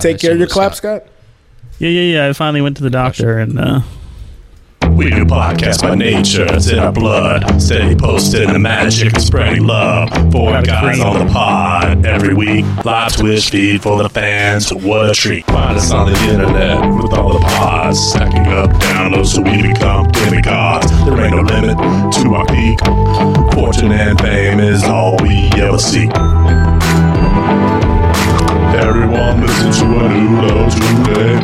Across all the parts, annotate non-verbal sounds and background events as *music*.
Take that care shit of your was clap, hot. Scott. Yeah, yeah, yeah. I finally went to the doctor and uh, We do podcasts by nature, it's in our blood. Steady posting the magic and spreading love. Four Gotta guys cream. on the pod every week. Live Twitch feed for the fans. What a treat. Find us on the internet with all the pods. Stacking up downloads so we become demigods. There ain't no limit to our peak. Fortune and fame is all we ever seek. Everyone listen to a new low today.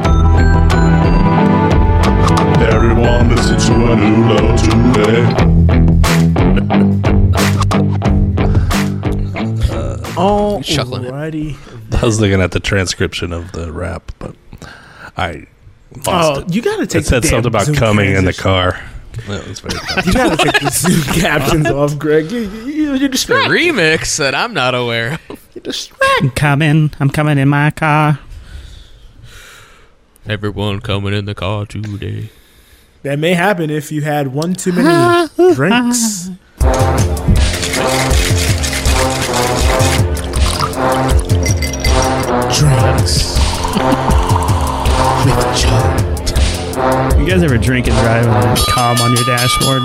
Everyone listen to a new low today. oh, chuckling. alrighty. I was looking at the transcription of the rap, but I lost Oh, it. you gotta take. It said the damn something about Zoom coming in the transition. car. That *laughs* was very funny. You gotta take the Zoom *laughs* captions off, Greg. You, you, you're The distracted. remix that I'm not aware of. You're distracted. I'm coming. I'm coming in my car. Everyone coming in the car today. That may happen if you had one too many *laughs* drinks. Drinks. You guys ever drink and drive and there's calm on your dashboard?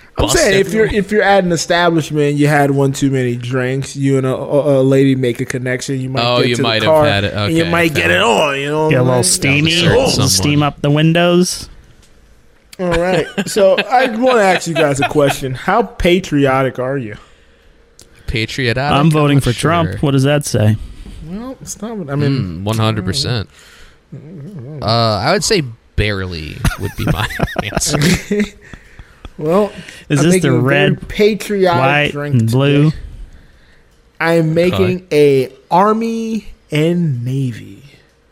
*laughs* I'm saying if you're if you're at an establishment, you had one too many drinks. You and a, a a lady make a connection. You might Oh, get you to might the have car had it. and you Okay, might get fair. it on. You know, Get a little like- steamy. Sure, Oh, someone. steam up the windows. All *laughs* right. So I want to ask you guys a question. How patriotic are you? patriotic, I'm voting not for sure. Trump. What does that say? Oh, Well, it's not. what- I mean, Mm, 100%. Uh, I would say barely would be my *laughs* answer. Hmm. well, Is I'm this making the a very red, patriotic white, drink and blue? today. I'm making a army and navy.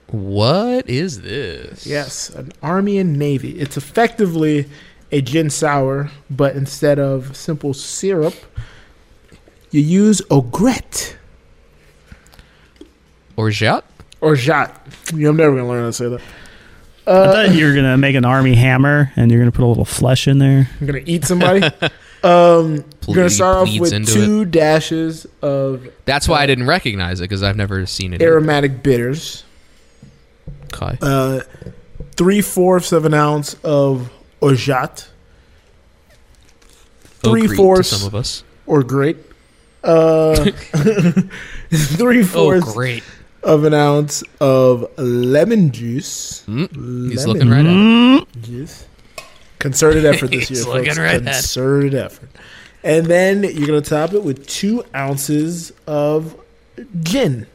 What is this? Yes, an army and navy. It's effectively a gin sour, but instead of simple syrup, you use ogret Or Jot? or jot. I'm never gonna learn how to say that. I Uh, thought you were gonna make an army hammer and you're gonna put a little flesh in there. I'm gonna eat somebody. um, we're gonna Bleed- start off bleeds with into two dashes of That's why I didn't recognize it because I've never seen it. aromatic bitters. Okay. uh, three fourths of an ounce of orgeat Oak Creek to three-fourths. Oh, Some of us. or great, *laughs* uh, three Oh, fourths great. of an ounce of lemon juice. Mm, Lemon he's looking right at it. Mm, juice. Concerted effort this *laughs* He's year, looking folks. right at it. Concerted effort, and then you're gonna top it with two ounces of gin,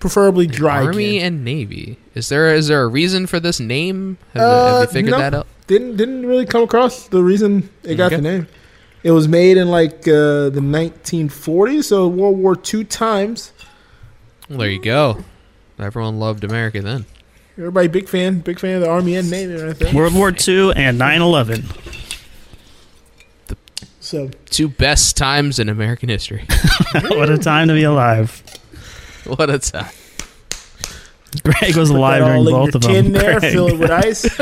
preferably dry Army gin. and Navy. Is there is there a reason for this name? Have, you, Uh, have you figured no. that out? didn't didn't really come across the reason it got Okay. the name. It was made in like uh, the 1940s, so World War II times. Well, there you go. Everyone loved America then. Everybody big fan, big fan of the Army and Navy and everything. World War II and 9/11. So Two best times in American history. *laughs* *laughs* what a time to be alive. what a time. Greg was put alive that during all in both your of tin them. *laughs* there, Greg. fill it with ice,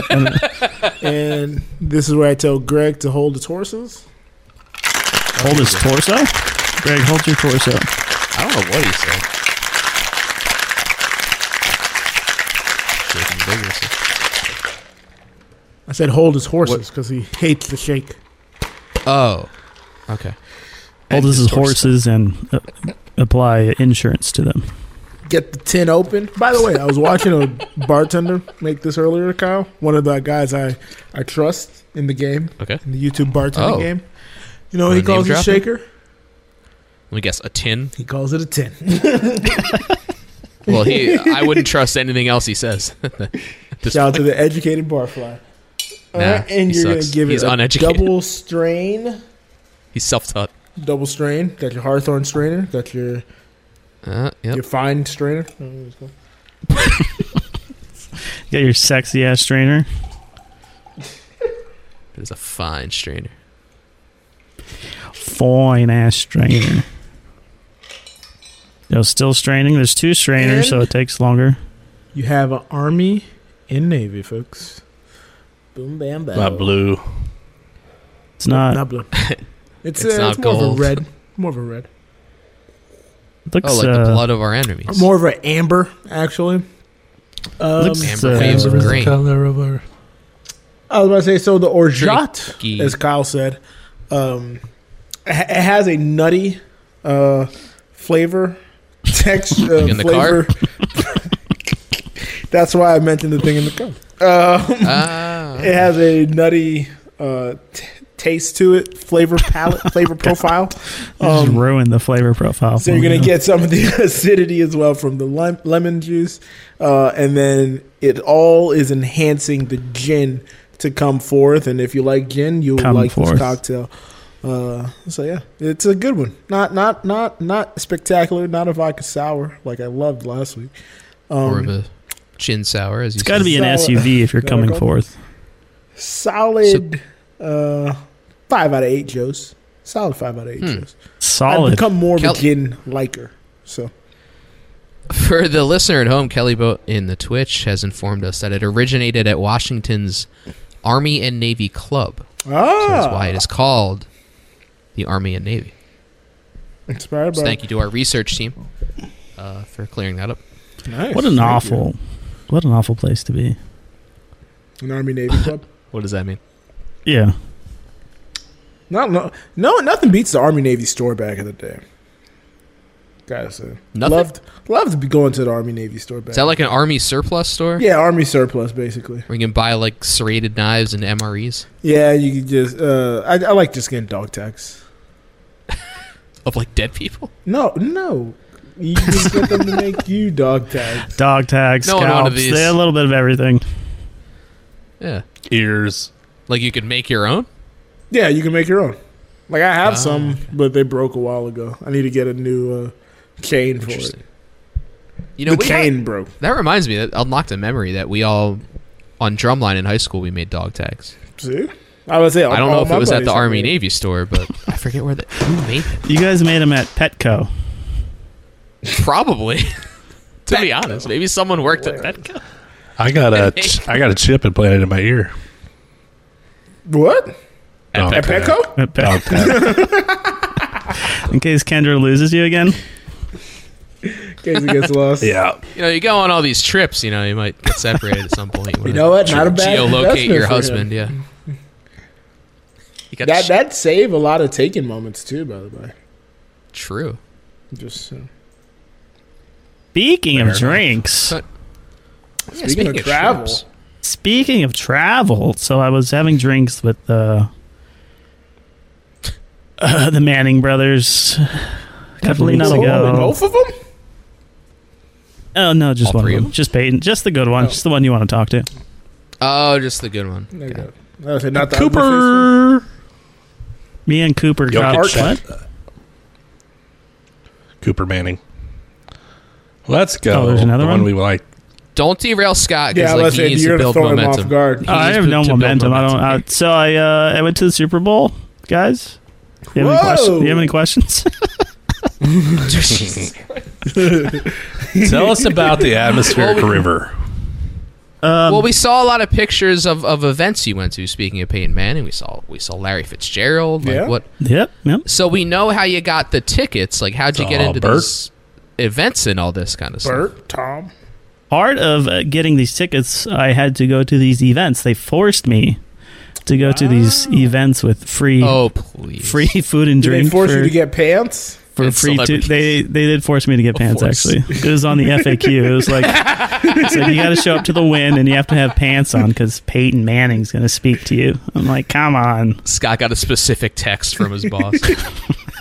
and this is where I tell Greg to hold his horses. hold his torso. Greg, hold your torso. I don't know what he said. Shaking vigorously. I said hold his horses because he hates the shake. Oh. Okay. Hold his, his torso. horses and uh, apply insurance to them. Get the tin open. By the way, I was watching a bartender make this earlier, Kyle. One of the guys I I trust in the game. Okay. Let in the YouTube bartending Oh. game. You know what he Wanna name calls his drop it? shaker? me guess. A tin. He calls it a tin. Well, he. I wouldn't trust anything else he says. *laughs* This- Shout out to the educated barfly. All Nah, right, and he you're sucks. gonna give He's it a uneducated. double strain. he's self-taught. Double strain. Got your Hawthorne strainer. Got your Uh, yep. your fine strainer. Get your sexy ass strainer. It's a fine strainer. Fine ass strainer. Yo, still straining. There's two strainers, so it takes longer. You have an army and navy, folks. Boom, bam, bam. Not blue. It's not. blue. it's *laughs* It's uh, not it's more of gold. a red. More of a red. looks Oh, like the uh, blood of our enemies. More of an amber, actually. Um, Looks- Amber uh, waves of Amber grain. color of our. I was about to say so. The orgeat, Tricky. as Kyle said, um, it ha- it has a nutty uh, flavor *laughs* texture. Uh, in the flavor. *laughs* That's why I mentioned the thing in the car. Uh, *laughs* Ah, it has a nutty uh, t- taste to it, *laughs* flavor palette, Oh flavor profile. you just ruined the flavor profile. Um, So for you're me. gonna get some of the *laughs* acidity as well from the lem- lemon juice, uh, and then it all is enhancing the gin to come forth. And if you like gin, you'll Come like forth. this cocktail. Uh, so yeah, it's a good one. Not not not not spectacular. Not a vodka sour like I loved last week. more of Um, a chin sour, as you It's got to said. *laughs* be an Solid. SUV if you're coming Gotta go. forth. solid uh, five out of eight Joes. Solid five out of eight Hmm. Joes. I've Solid. become more of Kel- a gin liker. So For the listener at home, Kelly Boat in the Twitch has informed us that it originated at Washington's Army and Navy Club. So ah, that's why it is called the Army and Navy. inspired So by thank you to our research team uh, for clearing that up. Nice. what Thank an you. awful, what an awful place to be. An Army Navy Club. What does that mean? Yeah, Not *laughs* no no nothing beats the Army Navy store back in the day. Gotta say, Nothing? loved loved to be going to the Army Navy store back. Is that like an Army surplus store? yeah, Army surplus basically. Where you can buy like serrated knives and MREs Yeah, you could just uh, I, I like just getting dog tags. of like dead people? No, no, you just get them to *laughs* make you dog tags. dog tags, No one wanted scalps, these. they had a little bit of everything. Yeah. Ears. Like you could make your own? Yeah, you can make your own. Like I have Ah, some, but they broke a while ago. I need to get a new uh, chain for it. Interesting. You know, the we chain broke. had- that reminds me that unlocked a memory that we all on drumline in high school we made dog tags. See, I would say I don't know all if Oh, my it was at buddies the have Army made it. Navy store, but *laughs* I forget where the who made it. You guys made them at Petco. Probably. *laughs* to be honest, maybe someone worked at Petco. I got a ch- I got a chip implanted in my ear. What Dog at tag. *laughs* Petco? At Pe- Dog tag. *laughs* In case Kendra loses you again, In case it gets lost. yeah. You know, you go on all these trips. You know, you might get separated at some point. *laughs* wanna You know what? Not a bad Geolocate investment your for husband. Yeah. You got That sh- that save a lot of taking moments too. By the way, true. just uh, speaking of Fair enough. drinks, Yeah, speaking, of, travel, trips, speaking of travel, so I was having drinks with uh, uh, the Manning brothers a couple of Definitely. weeks Oh, ago. both of them. Oh no, just All one three of of them. them? Just Peyton. Just the good one. Oh. Just the one you want to talk to. Oh, just the good one. There you Okay. go. I was saying, not the ugly Cooper. Me and Cooper Yo, got Arch- what? Cooper Manning. Let's go. Oh, there's another the one? we like. Don't derail Scott face. Yeah, because I like, was he saying needs to you're gonna build throw him off momentum. guard. He I needs have to- no to build momentum. I don't. *laughs* momentum. *laughs* I, so I uh, I went to the Super Bowl, guys. You have, any Whoa! questions? you have any questions? *laughs* Tell us about the atmospheric river. um, well, we saw a lot of pictures of, of events you went to. Speaking of Peyton Manning, we saw we saw Larry Fitzgerald. Like Yeah. what? yep, yep. So we know how you got the tickets. Like how'd you get Aw, into Bert. these events and all this kind of stuff? Bert, Tom. Part of uh, getting these tickets, I had to go to these events. They forced me to go to these events with free Oh please! free food and Did drink they force for, you to get pants? for And free. To, celebrities. they they did force me to get Of pants. course. Actually, it was on the FAQ. It was *laughs* like it's like you got to show up to the win and you have to have pants on because Peyton Manning's going to speak to you. I'm like, come on. Scott got a specific text from his boss.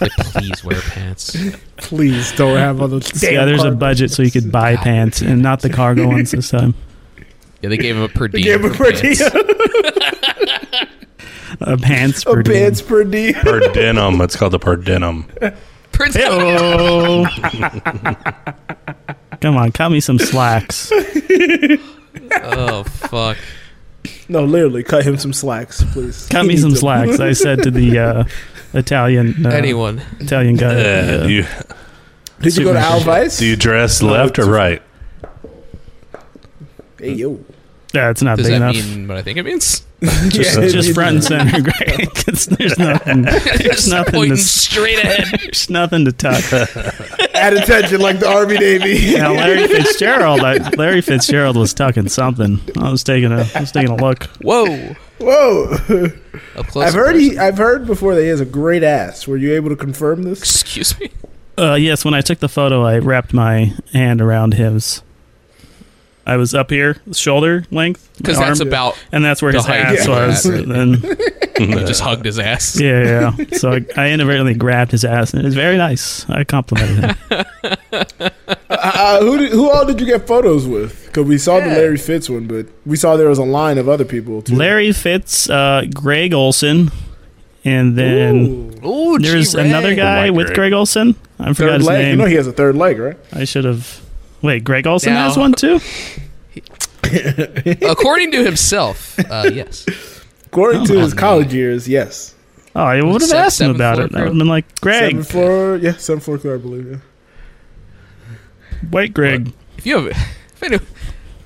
like, please wear pants. Please don't have other. So, *laughs* yeah, damn there's a cargo. budget so you could buy God pants and not the cargo ones this time. Yeah, they gave him a per diem. Give a for per pants. diem. *laughs* A pants per A diem. pants per diem. *laughs* Perdenum. It's called the Perdenum. *laughs* Per diem. Oh. Come on, cut me some slacks. Oh fuck! No, literally, cut him some slacks, please. Cut He me needs some them. slacks. I said to the uh, Italian uh, Anyone? Italian guy. Uh, uh, do, you, *laughs* Did you go to Al Vice? do you dress left or right? Hey yo, Yeah, it's not Does big that enough. mean what I think it means? *laughs* Just, Yeah, uh, it- just it- front and center, *laughs* *laughs* Greg. 'cause there's nothing. There's nothing pointing to. s- straight *laughs* ahead. There's nothing to touch. At attention, like the Army Navy. *laughs* Now Larry Fitzgerald, I, Larry Fitzgerald was tucking something. I was taking a, I was taking a look. Whoa. Whoa! Up close. I've and heard he. personal. I've heard before that he has a great ass. Were you able to confirm this? Excuse me. Uh, yes, when I took the photo, I wrapped my hand around his. I was up here, shoulder length, my Because that's arm, about and that's where the his height ass of your was. ass, right? And you just hugged his ass. uh, yeah, yeah. So I, I inadvertently grabbed his ass, and it was very nice. I complimented him. Uh, uh, who did, who all did you get photos with? Because we saw Yeah. the Larry Fitz one, but we saw there was a line of other people too. Larry Fitz, uh, Greg Olson, and then Ooh. Ooh, gee, there's Ray. *laughs* another guy Like with Greg. Greg Olson. I forgot third his leg. You name. know he has a third leg, right? I should have. Wait, Greg Olson Now- has one too. According to himself, uh, yes. According to Oh, his college years, yes. Oh, I would have Se- asked him about seventh floor it. I crew. would have been like, Seventh Greg, floor, yeah, seventh floor clear, I believe. Yeah. white Greg. If you have, if any,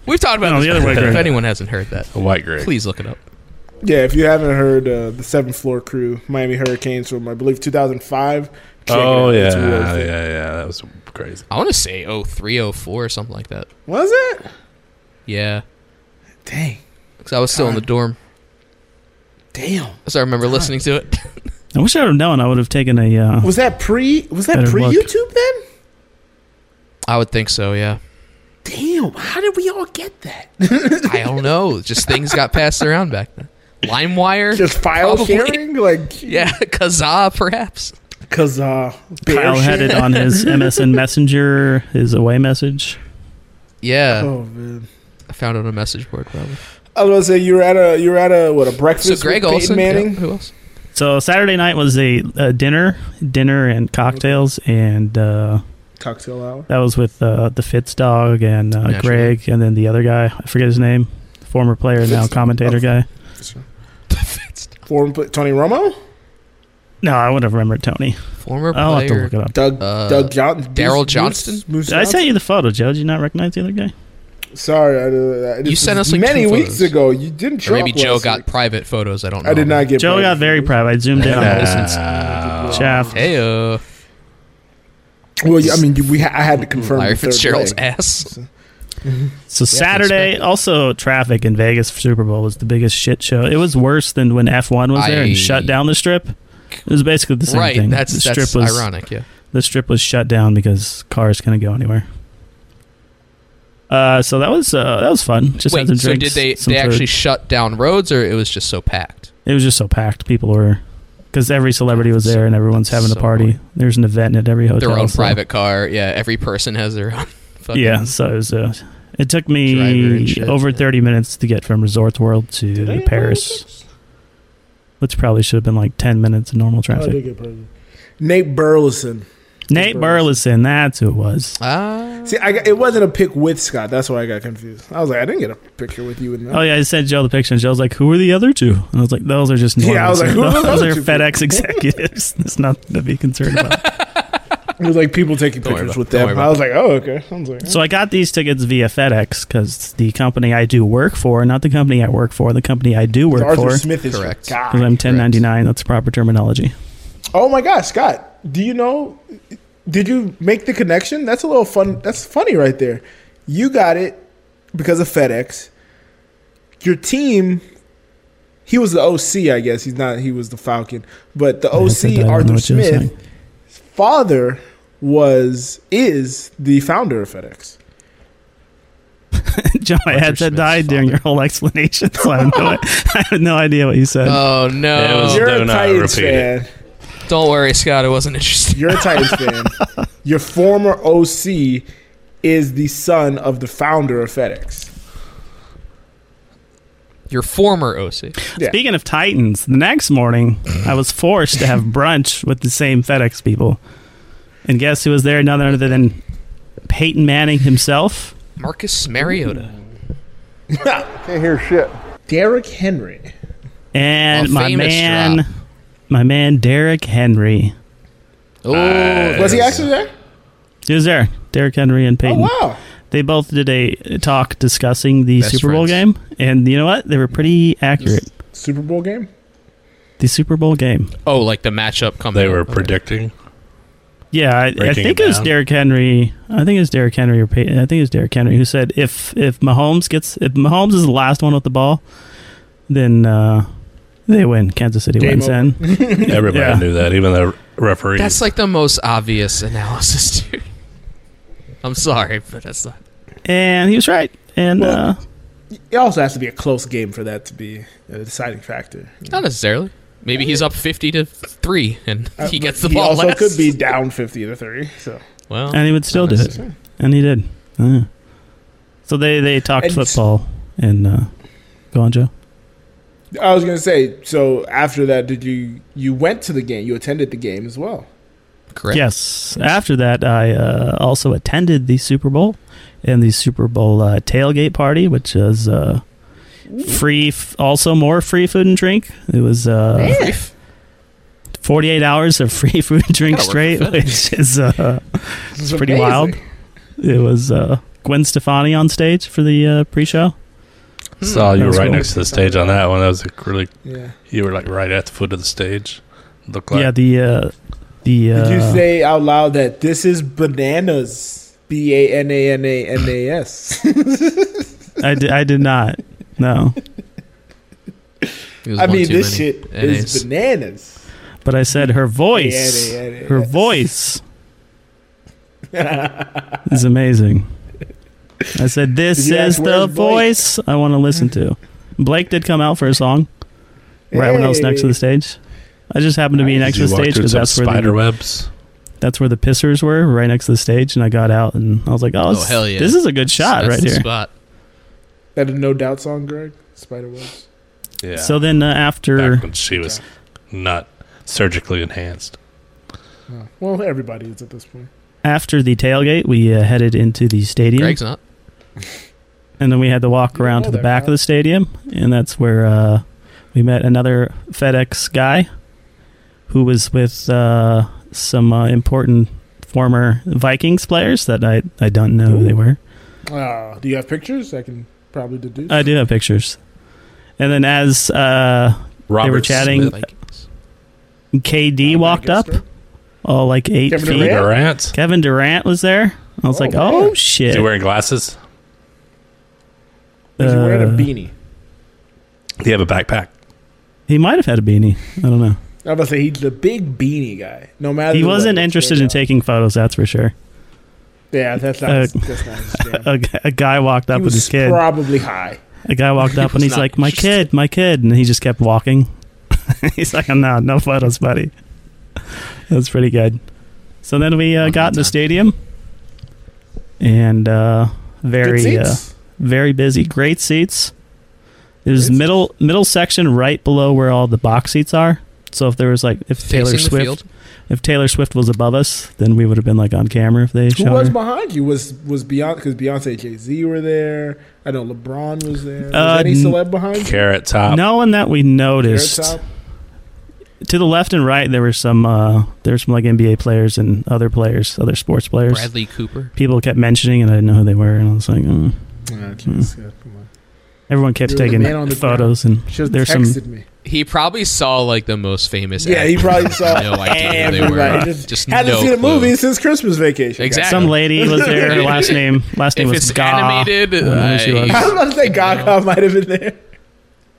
we've talked about No, this the other way, before. If Greg. anyone hasn't heard that, A white gray. please look it up. Yeah, if you haven't heard uh, the Seventh Floor Crew, Miami Hurricanes from I believe 2005. check it Oh out. yeah, It's really yeah, thick. yeah. That was crazy. I want to say 0304 or something like that. Was it? Yeah, Dang, because I was still in the dorm, damn. so I remember listening to it. *laughs* I wish I would have known. I would have taken a. Uh, Was that pre? Was that Better pre look. YouTube then? I would think so. Yeah, Damn, how did we all get that? I don't know. Just things got passed around back then. *laughs* LimeWire, Just file Probably. sharing, like yeah, *laughs* Kazaa, perhaps. because uh, Kyle bear had shit. it on *laughs* his MSN Messenger, his away message. Yeah, uh, Oh man, I found it on a message board probably. I was about to say you were at a you were at a what a breakfast So Greg with Peyton Olsen, yeah, Manning. who else? So Saturday night was a, a dinner, dinner and cocktails, and uh, Cocktail hour. that was with uh, the Fitz dog and uh, Naturally. Greg, and then the other guy. I forget his name. Former player, now Fitz- commentator oh. guy. *laughs* Former pla- Tony Romo, No, I would have remembered Tony. Former I'll have to player. look it up. Doug Uh, Doug Johnson, Daryl Johnston? Moose, Did I sent you the photo, Joe. Did you not recognize the other guy? Sorry, I, I, this You sent was us, like, many two weeks photos. ago. You didn't. Or Drop maybe Joe last got week. private photos. I don't. know. I did not get. Joe got very private. I zoomed in on Nah. Wilson's shaft. Hey, uh, Well, yeah, I mean, you- we ha- I had to confirm. Larry the third Fitzgerald's leg. ass. So Saturday, expected. also traffic in Vegas for Super Bowl was the biggest shit show. It was worse than when F one was there I- and shut down the strip. It was basically the same Right, thing. that's the strip that's was ironic. Yeah, the strip was shut down because cars couldn't go anywhere. Uh, so that was uh, that was fun. Just had Wait, some so drinks. did they some they food. actually shut down roads, or it was just so packed? It was just so packed. People were because every celebrity was there and everyone's That's having a so party. There's an event at every hotel. Their own so- private car. Yeah, every person has their own. *laughs* Fucking uh, Yeah, so it was. Uh, it took Driver and me shit, over yeah. 30 minutes to get from Resorts World Did I to get Paris, which probably should have been like 10 minutes of normal Oh, *laughs* I did traffic. get private. Nate Burleson. Nate Burleson. Burleson, that's who it was. Ah, See, I got, it wasn't a pick with Scott. That's why I got confused. I was like, I didn't get a picture with you in that. Oh yeah, I sent Joe the picture, and Joe's like, "Who are the other two? And I was like, "Those are just Yeah, normal. I was like, who are those, those other are two *laughs* FedEx executives. *laughs* There's nothing to be concerned about." It was like people taking Don't worry pictures about- with don't them. worry I was like, oh, okay. I was like, so I got these tickets via FedEx because the company I do work for, not the company I work for, the company I do work Arthur for, Smith is Correct. correct. Your because guy. I'm 1099. That's proper terminology. *laughs* Oh my gosh, Scott! Do you know? Did you make the connection? That's a little fun. That's funny right there. You got it because of FedEx. Your team. He was the OC, I guess. He's not. He was the Falcon, but the I said that, I OC don't know Arthur what you were saying. Smith, his father was is the founder of FedEx. Joe, my Roger headset Smith's died during your whole explanation, so I have no, *laughs* I have no idea what you said. oh no! It was- You're do a not Titans repeat fan. it. Don't worry, Scott. I wasn't interested. You're a Titans fan. Your former OC is the son of the founder of FedEx. *laughs* Your former OC. Yeah. Speaking of Titans, the next morning I was forced to have brunch with the same FedEx people, and guess who was there? None other than Peyton Manning himself. Marcus Mariota. Derrick Henry. And A my famous man, drop. my man Derrick Henry. Oh, Nice. Ah, Was he actually there? He was there. Derrick Henry and Oh Peyton. wow! They both did a talk discussing the Best Super Bowl friends. game, and you know what? They were pretty accurate. Super Bowl game? The Super Bowl game. Oh, like the matchup coming. They were up. Okay. predicting. Yeah, I, I Breaking think it it was down. Derrick Henry. I think it was Derrick Henry or Peyton, I think it was Derrick Henry who said if if Mahomes gets if Mahomes is the last one with the ball, then uh, they win. Kansas City Game wins. Then Everybody Yeah. knew that, even the referee. That's like the most obvious *laughs* analysis, dude. I'm sorry, but that's not. and he was right. And Well- uh, It also has to be a close game for that to be a deciding factor. Not necessarily. Maybe he's up 50 to 3 and Uh, he but gets the ball also last. could be down 50 to 30. So Well, and he would still do it. necessarily. And he did. Yeah. So they they talked And- football and uh, go on, Joe. I was going to say so after that did you you went to the game, you attended the game as well. correct. Yes. After that, I uh, also attended the Super Bowl and the Super Bowl uh, tailgate party, which is uh, free, f- also more free food and drink. It was uh, Grief. 48 hours of free *laughs* food and drink Gotta work straight, for which is uh, It's pretty wild. It was uh, Gwen Stefani on stage for the uh, pre-show. saw you That were was right cool. next to the stage on that one. That was like really. Yeah. You were like right at the foot of the stage. Looked like yeah, the uh, the uh, Did you say out loud that this is bananas? B A N A N A N A S. I did I did not. No, It *laughs* was I one mean, too this many shit NAs. is bananas. but I said her voice. Yeah, yeah, yeah, her yeah. *laughs* voice is amazing. I said, "This Did you is ask where's the Blake?" voice I want to listen to." Blake did come out for a song right when I was next to the Hey. stage. I just happened to be Did next to you the walk stage through because some that's where spider the, webs. that's where the pissers were, right next to the stage. And I got out and I was like, "Oh, Oh, this- hell yeah. this is a good shot That's right the here." Spot. That a no doubt song, Greg? Spider Webs. Yeah. So then uh, after back when she was not surgically enhanced. Oh. Well, everybody is at this point. after the tailgate, we uh, headed into the stadium. Greg's not. And then we had to walk You around know to the they're back not. of the stadium, and that's where uh, we met another FedEx guy who was with uh, some uh, important former Vikings players that I, I don't know who they were. Uh, do you have pictures? I can probably deduce. I do have pictures. And then as uh, Robert chatting- Smith, Vikings. KD walked up, all like eight Kevin feet, Kevin Durant? Durant. Kevin Durant was there. I was Oh, like, man. oh Is shit. he wearing glasses? He's wearing a Uh, beanie. Do you have a backpack? He might have had a beanie. I don't know. I was about to say he's the big beanie guy. No matter He the wasn't weather, interested in straight taking photos, that's for sure. up. Yeah, that's not. uh, his, that's not *laughs* his jam. A, a guy walked He up with was his kid. probably high. A guy walked up and He was he's not like, "My interested. kid, my kid," and he just kept walking. *laughs* he's like, "I'm not, no photos, buddy." That's pretty good. So then we uh, One got in the time. stadium, and uh, very, Good uh, seats. very busy. Great seats. There's Great middle middle section right below where all the box seats are. So if there was like if Taylor Facing the Swift field. if Taylor Swift was above us, then we would have been like on camera if they Who showed was her. behind you? Was was Beyonce? Because Beyonce, Jay Z were there. I know LeBron was there. Was Uh, any n- celeb behind you? Carrot top. no one that we noticed. Carrot Top? to the left and right there were some uh there were some like NBA players and other players, other sports players. Bradley Cooper. People kept mentioning and I didn't know who they were and I was like, "Mm." Ah, jeez, yeah, come on. everyone kept There was a taking man on the photos and Should have There's some- texted me. He probably saw like the most famous. Yeah, he actors. probably saw *laughs* no idea who they everybody. were. Just, Just hadn't no seen a clue. movie since Christmas Vacation. Exactly. some lady was there. *laughs* Her last name last name If was it's Ga. animated, uh, I don't know who she I- was. guys. I was about to say Gaga might have been there.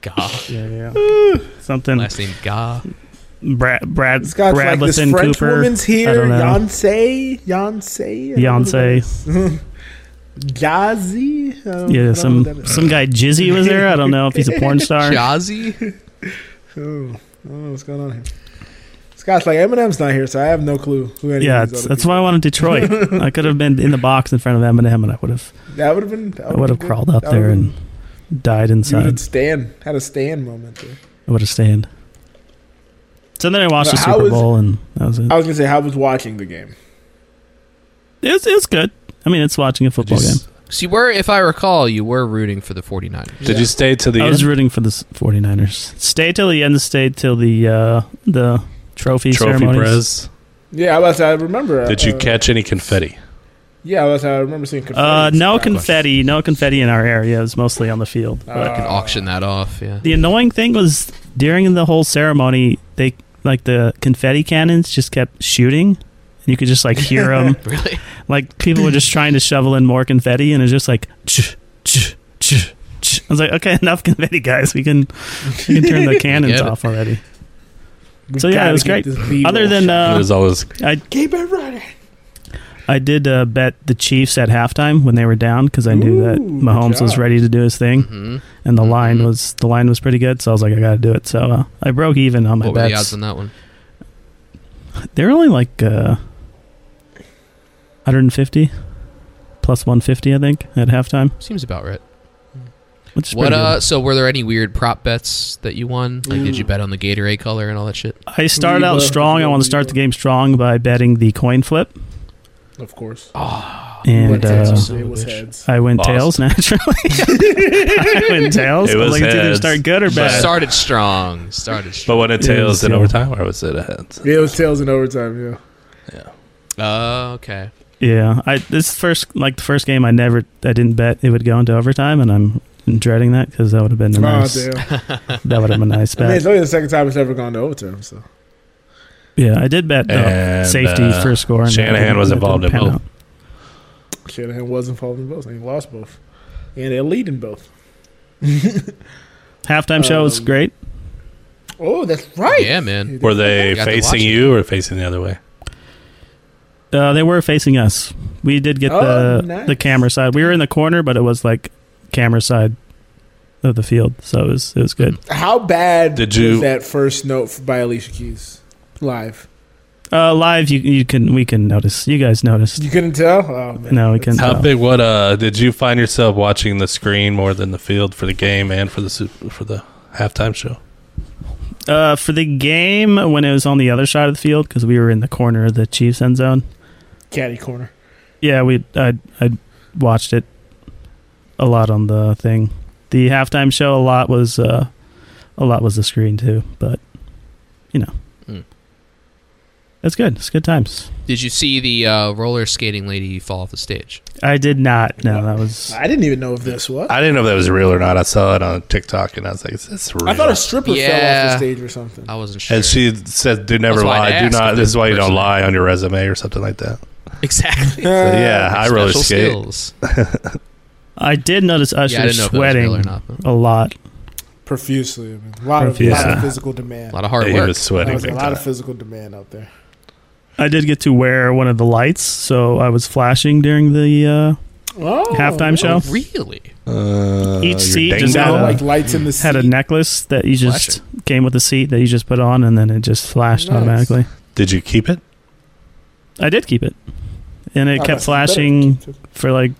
Gah. Yeah, yeah. *sighs* Something Last name Gah. Brad Brad It's got like this Bradlison French Cooper. woman's here. I don't know. Yonsei, Yonsei, Beyonce. Jazzy. I don't- I Yeah, don't know some what that is. some guy Jizzy was there. I don't know if he's a porn star. *laughs* Jazzy. Oh, I don't know what's going on here. Scott's like Eminem's not here, so I have no clue who any Yeah, of these that's, other that's people why I wanted Detroit. I could have been in the box in front of Eminem, and I would have are. That would have been. That I would have been- crawled up that would've there been- and died You would inside. have stand had a stand moment there. I would have stayed. So then I watched the How Super was- Bowl, and that was it. I was gonna say how was watching the game. It was, it was good. I mean, it's watching a Did you, football game. s- So you were, if I recall, you were rooting for the 49ers. did you stay to the I end? was rooting for the s- 49ers. Stay till the end. Stay till the uh, the trophy, trophy ceremonies. prez? Yeah, I was. I remember. Did you uh, catch any confetti? Yeah, that's how I remember seeing confetti. Uh, and no stuff. confetti, no confetti in our area. It was mostly on the field. But Uh. I can auction that off. Yeah. the annoying thing was during the whole ceremony, they like the confetti cannons just kept shooting, and you could just like hear them. Really? like people were just trying to shovel in more confetti, and it's just like. "Tch, tch, tch, tch." I was like, okay, *laughs* enough confetti, guys. We can, we can turn *laughs* the cannons it. off already. We So, yeah, it gotta was get great. this B-roll Other than shot. uh, There's always I, keep it running. I did uh, bet the Chiefs at halftime when they were down because I knew that Ooh, good Mahomes was job. ready to do his thing, Mm-hmm. and the line Mhm. was the line was pretty good. So I was like, I got to do it. So uh, I broke even on my What were the bets. odds on that one? They're only like uh, 150 plus 150, I think, at halftime. Seems about right. Which is What pretty uh? good. So were there any weird prop bets that you won? Like, did you bet on the Gatorade color and all that shit? I started out Reba, strong. I want to start the game strong by betting the coin flip, Of course. and But, uh, uh, it was heads. I went Lost. tails *laughs* *laughs* naturally. I went tails. It I was was like, it's either heads, start good or but- bad. Started strong. Started. But Strong. when it Yeah, tails in yeah. overtime, I was at a heads. Yeah, it was tails in overtime. Yeah. Oh, okay. Yeah, I this first like the first game I never I didn't bet it would go into overtime, and I'm dreading that because that would have been a nice Oh damn! that would have been a nice *laughs* I mean, it's bet. only the second time it's ever gone to overtime. So Yeah, I did bet the And, safety uh, first score. And that Shanahan didn't- was that didn't involved in pan both. out. Shanahan was involved in both, and he lost both, and they're leading both. Halftime show was Um, great. Oh, that's right. Yeah, man. Were they Got to facing watch it. you or facing the other way? Uh, they were facing us. We did get Oh, the nice. the camera side. We were in the corner, but it was like camera side of the field, so it was it was good. How bad Did you- was that first note f- by Alicia Keys live? Uh, live, you you can we can notice. You guys noticed. You couldn't tell. Oh man. No, we can. How tell. big? What? Uh, did you find yourself watching the screen more than the field for the game and for the Sup- for the halftime show? Uh, for the game when it was on the other side of the field because we were in the corner of the Chiefs end zone. Caddy corner. Yeah, we I I watched it a lot on the thing. The halftime show a lot was uh, a lot was the screen too, but you know, Mm. that's good. It's good times. Did you see the uh, roller skating lady fall off the stage? I did not. No, that was I didn't even know if this was. I, I didn't know if that was real or not. I saw it on TikTok and I was like, "Is this real?" Uh, thought a stripper fell off the Yeah. stage or something. *laughs* I wasn't sure. and she said, "Do never That's why I lie. Do asked not. if This is why you there's a don't person. lie on your resume or something like that." *laughs* exactly. So, yeah, I roller Special skate. skills. I did notice Yeah, I Usher didn't know if it was real sweating or not. but a lot. Profusely, I mean, a lot, of, Profusely. lot of Yeah. physical demand. A lot of hard He work. was There sweating. was a big lot of time. physical demand out there. I did get to wear one of the lights, so I was flashing during the uh, Oh, Halftime show? Oh, nice. really? Uh, Each your seat ding just So, had dong? a- like lights in the uh, had a seat. necklace that you just came with the seat that you just put on, and then it just flashed Nice. automatically. Did you keep it? I did keep it, and it Oh, kept that's flashing better. for like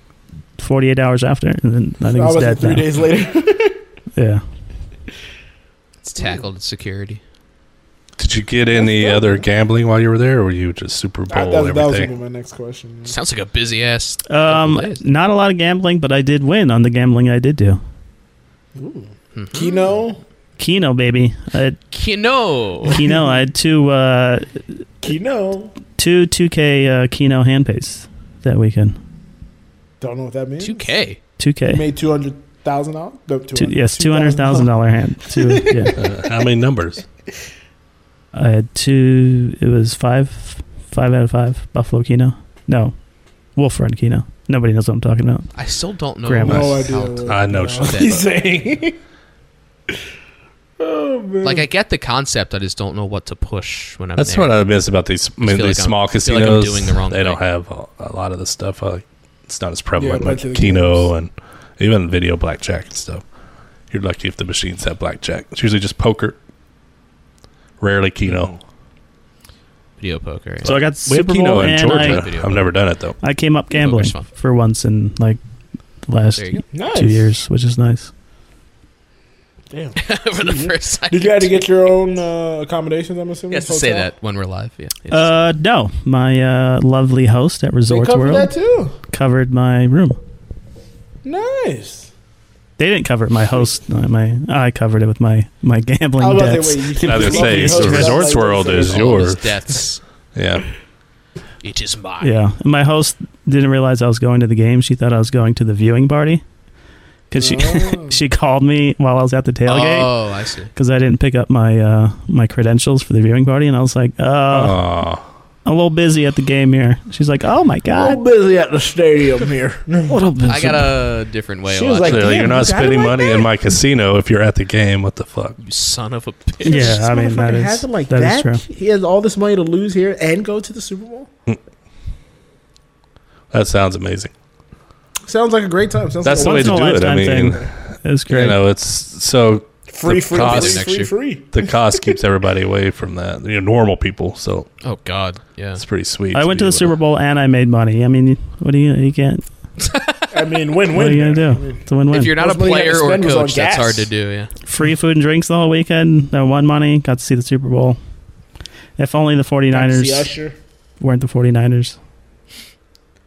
48 hours after, and then I think I it's was dead three now. days later. Yeah, It's tackled security. Did you get any other gambling while you were there, or were you just Super I- Bowl that, was- that was gonna be everything? my next question. Sounds like a busy ass. um, Couple days. not a lot of gambling, but I did win on the gambling I did do. Kino, Keno, baby, I had, Kino. Oh. Keno. I had two uh, Kino. two 2K uh, Keno hand pays that weekend. Don't know what that means. 2K. You 2K, made two hundred thousand dollars. two, yes, two hundred thousand dollar hand. Two, yeah. *laughs* Uh, how many numbers? I had two. It was five, five out of five. Buffalo Kino. No, Wolf Run Kino. Nobody knows what I'm talking about. I still don't know. Grandma. No what idea. count- what I know uh, shit. He's saying. oh man. Like I get the concept, I just don't know what to push when *laughs* I'm That's there. what I miss about these, I mean, feel these like I'm- small I feel like I'm casinos. doing the wrong they don't thing. have a, a lot of the stuff. Uh, it's not as prevalent Yeah, a bunch like of the Keno and even video blackjack and stuff. You're lucky if the machines have blackjack. It's usually just poker. Rarely Keno. Video poker. So I got We Mm. have Super Keno Bowl in and Georgia. I, Video I've never done it though. I came up gambling Poker's fun. for once in like the last There you nice. two years, which is nice. Damn. go. *laughs* For the first time. Did you have to get your own uh, accommodations? I'm assuming. You have to say Hotel? that when we're live. Yeah. It's- Uh, no, my uh, lovely host at They Resorts covered World that too. covered my room. Nice. They didn't cover it. My host, uh, my I covered it with my my I gambling was about to debts. say, wait, you I can was gonna say it's the Resorts World is all of yours. his debts. Yeah. It is mine. Yeah, And my host didn't realize I was going to the game. She thought I was going to the viewing party because she *laughs* she called me while I was at the tailgate Oh, I see. because I didn't pick up my uh, my credentials for the viewing party, and I was like, Oh. uh, Aw. I'm a little busy at the game here. She's like, oh my I'm god, busy at the stadium here. little busy. I got a different way. She of was watching like, Clearly, damn, you're you not got it spending like money that? in my casino if you're at the game. What the fuck? it, you son of *laughs* a bitch. yeah, This I mean motherfucker that is has him like that that. is true. He has all this money to lose here and go to the Super Bowl. That sounds amazing. Sounds like a great time. Sounds That's the like way Once to in a do it. I lifetime mean, thing. It was great. you know, it's so free, the free, cost- free, Next free, year. free. the cost keeps everybody away from that. You know, normal people. So Oh God, yeah. it's pretty sweet. I to went be to the able Super Bowl and I made money. I mean, what do you you can't? I mean, win-win. *laughs* What are you gonna there. do? It's a win-win. If you're not a Most money you had to player or a spend was on coach, that's gas. hard to do. Yeah. free food and drinks the whole weekend. I won money. Got to see the Super Bowl. If only the Got to see 49ers Usher. weren't the 49ers.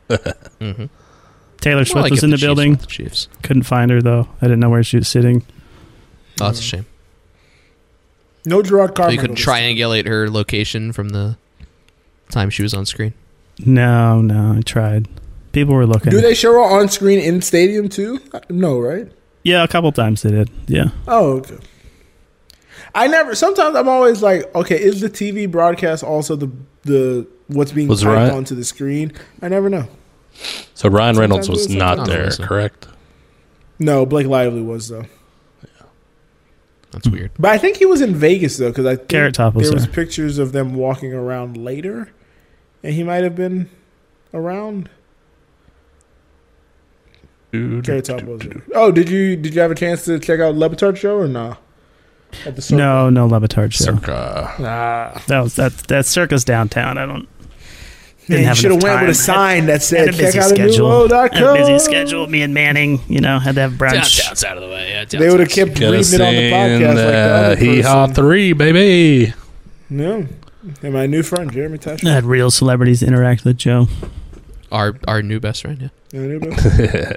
Mm-hmm. Taylor Swift was in the, building. The Chiefs. Couldn't find her, though. I didn't know where she was sitting. Oh, that's a shame. Mm-hmm. No Gerard So Carmichael. you could triangulate her location from the time she was on screen. No, no, I tried. People were looking. Do they show her on screen in stadium too? No, right? yeah, a couple times they did. Yeah. Oh, okay. I never. Sometimes I'm always like, okay, is the TV broadcast also the the what's being Was typed right. onto the screen? I never know. to- So Ryan Reynolds Sometimes was it was not sometimes it there, wasn't. correct? No, Blake Lively was though, That's weird. but I think he was in Vegas though because I think Carrot Top was there was there. pictures of them walking around later, and he might have been around. Carrot Top was there. Oh, did you did you have a chance to check out Levitard show or nah? At the circle? No, no Levitard show. Circa. Nah. That was that that circus downtown. I don't. Man, you have should have enough went with time. a sign that Had said a check busy out schedule. a Had a busy schedule. Me and Manning, you know, had to have brunch. Downtown's out of the way. Yeah, They would have kept Could reading it have on the seen podcast like the uh, other Hee Haw person. 3, baby. No. And my new friend, Jeremy Tasha. Had real celebrities interact with Joe. our our new best friend. Yeah. *laughs*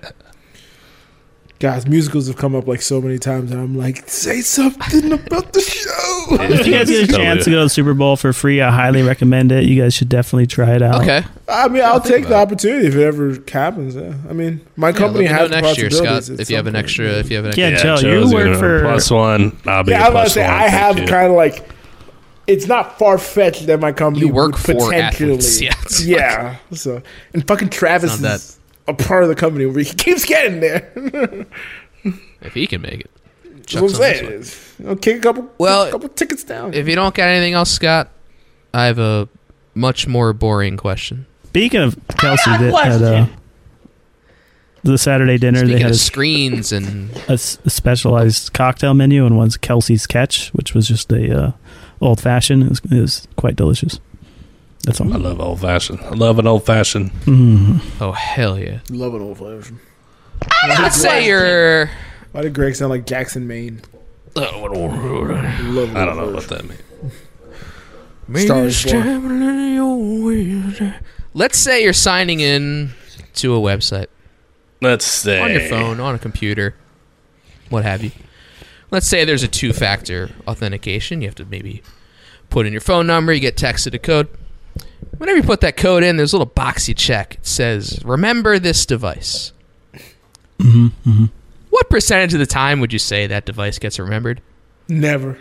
Guys, musicals have come up like so many times, and I'm like, say something about the show. *laughs* If you guys get a Totally. chance to go to the Super Bowl for free, I highly recommend it. You guys should definitely try it Uh, out. Okay. I mean, I'll think take the about opportunity if it ever happens. Yeah. I mean, my Yeah, let company me know has next year, Scott. responsibilities at If you some have an point. extra, if you have an Yeah, Joe, extra. you Joe's work gonna for- plus one. I'll be Yeah, a I'm about to plus say one. I Thank have you. kind of like, it's not far fetched that my company You work would for potentially, athletes. *laughs* Yeah. it's like- yeah. So and fucking Travis It's not is a part of the company where he *laughs* keeps getting there. If he can make it. That's what I'm Chuck's on this saying. one. Is, you know, kick a couple, Well, well, a couple tickets down. If you don't got anything else, Scott, I have a much more boring question. Speaking of Kelsey, that had uh, the Saturday dinner. they Speaking had of a, screens and a s- a specialized cocktail menu, and one's Kelsey's Catch, which was just a uh, old fashioned. It was, it was quite delicious. That's all. I love old fashioned. I love an old fashioned. Mm. oh *laughs* hell yeah. Love an old version. Let's say you're. Why did Greg sound like Jackson, Maine? I Love don't know what that means. Stars Let's say you're signing in to a website Let's say on your phone, on a computer, what have you. Let's say there's a two factor authentication. You have to maybe put in your phone number, you get texted a code. Whenever you put that code in, there's a little box you check. It says, Remember this device. What percentage of the time would you say that device gets remembered? Never.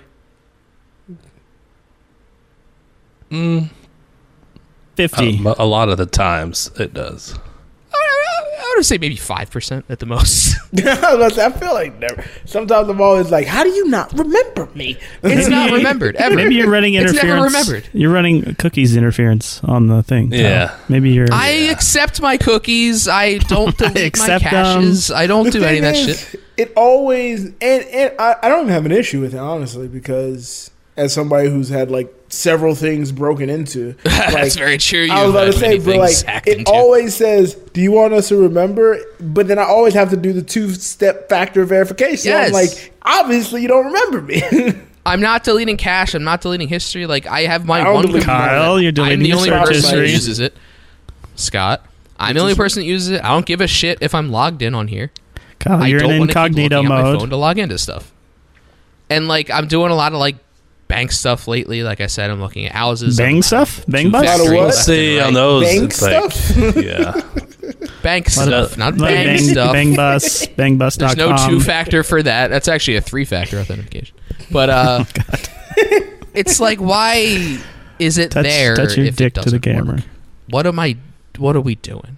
*laughs* Fifty. Um, a lot of the times it does. I I would say maybe 5% at the most. I was *laughs* about to say, I feel like never. Sometimes I'm always like, how do you not remember me? It's *laughs* not remembered ever. Maybe you're running It's never interference. remembered. You're running cookies interference on the thing. Kyle. Yeah. Maybe you're. I accept my cookies. *laughs* I don't delete accept my 'em. caches. I don't do any of that thing shit. is, It always and and I, I don't have an issue with it honestly because as somebody who's had like several things broken *laughs* into, like, That's very true. You I was about have to had say, many but things like hacked it into. always says, "Do you want us to remember?" But then I always have to do the two-step factor verification. Yes. I'm like, obviously, you don't remember me. *laughs* I'm not deleting cache. I'm not deleting history. Like I have my I don't one delete computer. Kyle, you're I'm deleting the your only search person history. who uses it. Scott, I'm the only person that uses it. I don't give a shit if I'm logged in on here. Kyle, I Oh, you're don't in want to keep looking incognito at my mode. phone to log into stuff. And like I'm doing a lot of like bank stuff lately. Like I said, I'm looking at houses. Bang stuff. Bang bus. factor. Factory What? left and See right. on those Bank it's like, *laughs* yeah. Bank stuff, not Like bank bang, stuff. *laughs* bang bus, bangbus.com. There's no two factor for that. That's actually a three factor authentication. *laughs* But Oh, uh, it's like, why is it touch, there? touch your if it dick to the doesn't work? camera. What am I? What are we doing?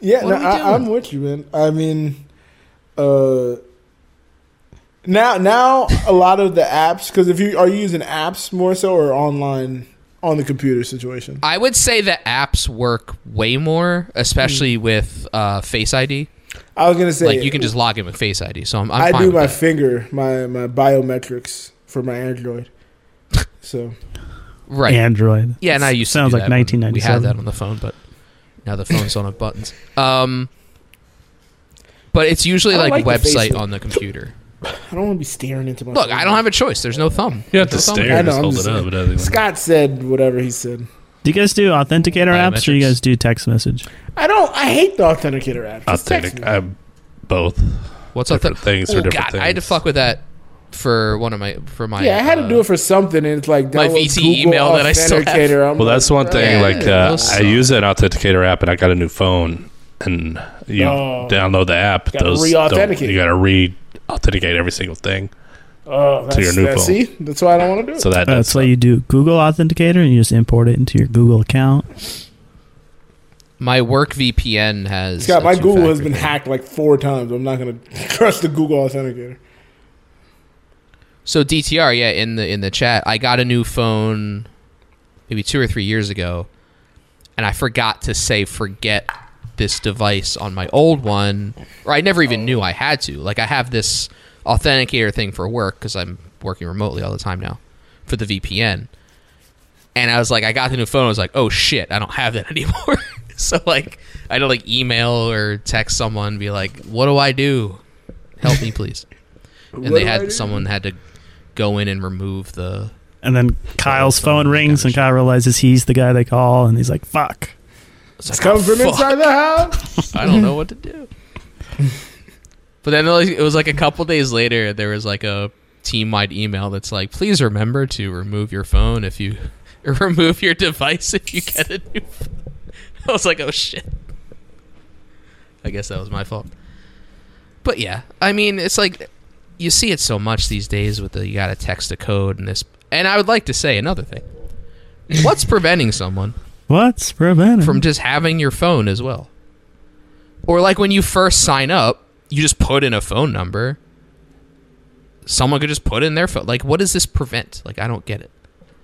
Yeah, What no, are we I, doing? I'm with you, man. I mean, uh, now now a lot of the apps because if you are you using apps more so or online on the computer situation. I would say the apps work way more, Mm. especially with uh, Face ID. I was gonna say Like you can just log in with Face ID. So I'm, I'm I fine do with my that. finger my my biometrics for my Android. So right. Android. Yeah, and I used Sounds to do like that when We had 1997. that on the phone, but now the phone's on a buttons. Um, but it's usually I like like, the website Facebook. on the computer. I don't want to be staring into my. Look, I don't have a choice. There's no thumb. You have to There's no thumb. stare. I know, Just I'm hold it just up. saying. It doesn't even- Scott said whatever he said. Do you guys do authenticator apps or you Biometrics. guys do text message? I don't. I hate the authenticator app. Just text authentic. me. I'm both. What's up? Different things for oh, different God, I had to things. fuck with that for one of my for my. Yeah, I had uh, to do it for something, and it's like my download VTE Google email that I still have. Authenticator. I'm Well, that's like, one thing. Yeah, like uh, those I suck. use an authenticator app, and I got a new phone, and you Oh. download the app. Gotta Those re-authenticate. don't- you got to re-authenticate every single thing. Oh, that's, your new that- phone. See, that's why I don't want to do it. So that That's that's why you do Google Authenticator and you just import it into your Google account. My work VPN has. Scott, a my Google has two-factor been thing. hacked like four times. I'm not gonna *laughs* trust the Google Authenticator. So DTR, yeah, in the in the chat, I got a new phone maybe 2 or 3 years ago and I forgot to say forget this device on my old one or I never even knew I had to. Like I have this authenticator thing for work cuz I'm working remotely all the time now for the VPN. And I was like I got the new phone, I was like, "Oh shit, I don't have that *laughs* anymore." so like I had to like email or text someone and be like, "What do I do? Help *laughs* me please." and What they do I had do? someone had to go in and remove the And then Kyle's phone phone rings and Kyle realizes he's the guy they call and he's like, fuck. It's coming oh, from inside the house. *laughs* I don't know what to do. but then like, it was like a couple days later, there was like a team-wide email that's like, "Please remember to remove your phone if you *laughs* or remove your device if you get a new." phone. *laughs* I was like, "Oh shit." I guess that was my fault. But yeah, I mean, it's like you see it so much these days with the you gotta text a code and this. And I would like to say another thing. What's preventing someone What's preventing? from just having your phone as well. Or like when you first sign up, you just put in a phone number. Someone could just put in their phone. Like, what does this prevent? Like, I don't get it.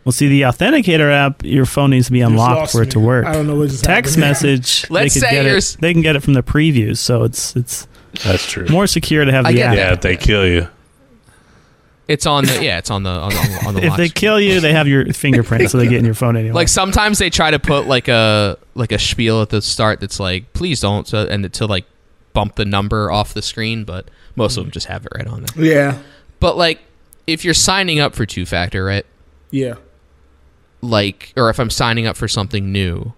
well, see, the authenticator app, your phone needs to be just unlocked lost for it me. to work. I don't know what just Text happened. *laughs* message, Let's they, could say get yours- it, they can get it from the previews, so it's it's that's true. more secure to have I the get app. that. yeah, if they kill you. It's on the yeah, it's on the on the, *laughs* on the If lock they screen. kill you, they have your fingerprint, so they get in your phone anyway. *laughs* Like sometimes they try to put like a like a spiel at the start that's like, please don't, so, and to like bump the number off the screen, but most Mm-hmm. of them just have it right on there. Yeah, But like, if you're signing up for two factor, right? yeah. like or if I'm signing up for something new,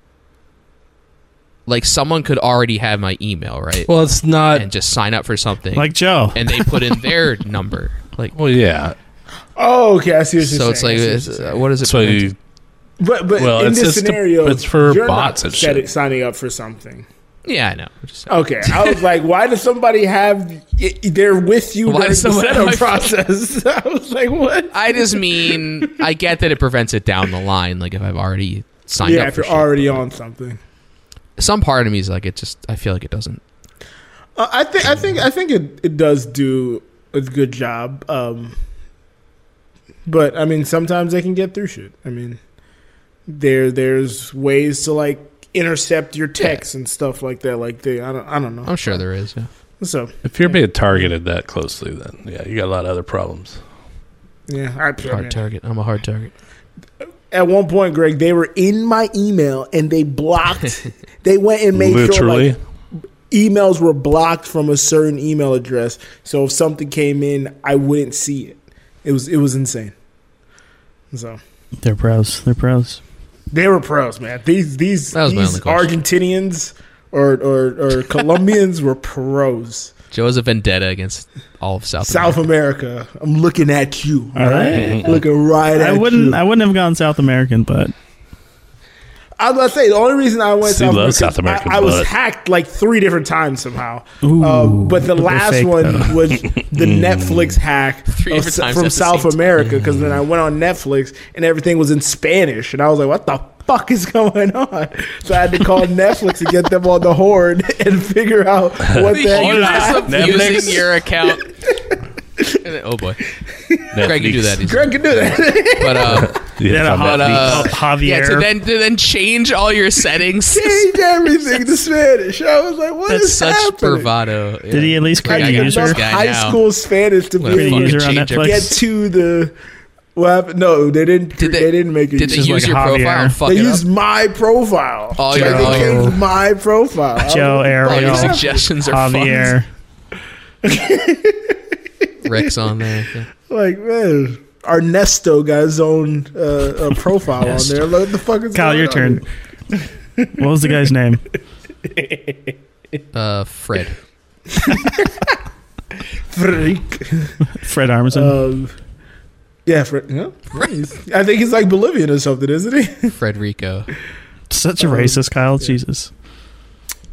like someone could already have my email, right? Well, it's not. and just sign up for *laughs* something. like Joe. and they put *laughs* in their number. Like Well, yeah. Oh, okay. I see what you're so saying. it's like I see what it's, you're uh, saying. what is it? That's why you. but but well, in it's this just to- scenario, it's for you're bots not and set- shit. signing up for something. yeah, I know. I'm just saying. Okay, I *laughs* was like, why does somebody have? y- They're with you Why during the does someone have setup my phone? *laughs* process. I was like, what? I just mean I get that it prevents it down the line. Like if I've already signed yeah, up if for you're shit. already on something. some part of me is like it just I feel like it doesn't. Uh, I think I think I think it, it does do a good job. Um, but I mean, sometimes they can get through shit. I mean, there there's ways to like intercept your texts and stuff like that. Like they, I don't I don't know. I'm sure there is. Yeah. So If you're being targeted that closely, then yeah, you got a lot of other problems. yeah, I, I Hard mean, target. I'm a hard target. at one point, Greg, they were in my email and they blocked. they went and made sure Literally, like emails were blocked from a certain email address. So if something came in, I wouldn't see it. It was it was insane. So. They're pros. They're pros. They were pros, man. These these That was my these only question. Argentinians or or, *laughs* or Colombians were pros. Joe has a vendetta against all of South. South America. America, I'm looking at you. All right. Looking right at I wouldn't. you. I wouldn't have gone South American, but I was about to say the only reason I went She South loves America, South American I, I was butt. hacked like three different times somehow. Ooh, Uh, but the they're last fake, one though. *laughs* was the Netflix hack Three of different S- times from at the South same time. America because then I went on Netflix and everything was in Spanish and I was like, what the fuck is going on? So I had to call Netflix and get them on the horn *laughs* and figure out *laughs* what the you mess heck. up Netflix. using your account. And then- *laughs* oh boy, Greg, you do that. easy. Greg can do that. *laughs* But uh, Yeah, Then a from hot- that. uh, Javier. yeah, to then to then change all *laughs* your settings. Change everything to Spanish. I was like, what is That's such happening? bravado. Yeah. Did he at least Like, create I a got Enough user? this guy high now. school Spanish to What be a Create a fucking user on change Netflix. get *laughs* to the well no they didn't cre- Did they, they- didn't make it Did they just like use your Javier. profile and fuck they it used up? Oh, my profile All Like, your- they all changed Oh. your- my profile *laughs* I was Joe like, All your Ariel, suggestions are fun. Javier. Rick's on there. yeah. like man Ernesto got his own uh, uh, profile on there like, what the fuck is Kyle, going your on *laughs* turn. here? What was the guy's name? Uh, Fred. *laughs* freak Fred Armisen. um, yeah, Fre- yeah. I think he's like Bolivian or something isn't he Frederico. Such a um, racist, Kyle. Jesus.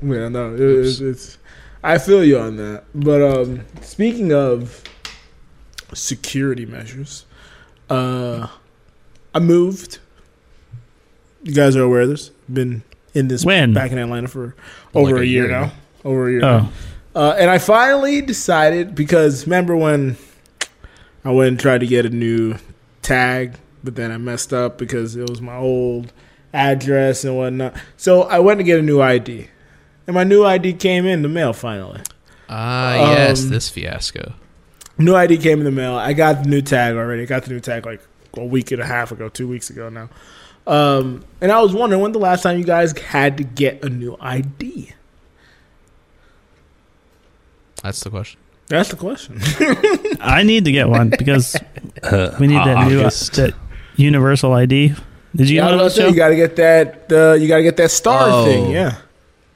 Yeah, no, it, it's, it's. I feel you on that. But um, speaking of security measures, uh, I moved. You guys are aware of this. Been in this When? back in Atlanta for over Like a, a year, year now. now. Over a year. now. Oh, Uh, and I finally decided because remember when I went and tried to get a new tag, but then I messed up because it was my old address and whatnot. So I went to get a new ID, and my new ID came in the mail finally. Ah, yes, Um, this fiasco. New ID came in the mail. I got the new tag already. I got the new tag like a week and a half ago, two weeks ago now. Um, and I was wondering when the last time you guys had to get a new ID. That's the question. That's the question. I need to get one because Uh, we need that new August. that universal ID. Did you Yeah, I was know that gonna say, show? you gotta get that. Uh, you gotta get that star Oh. thing. Yeah.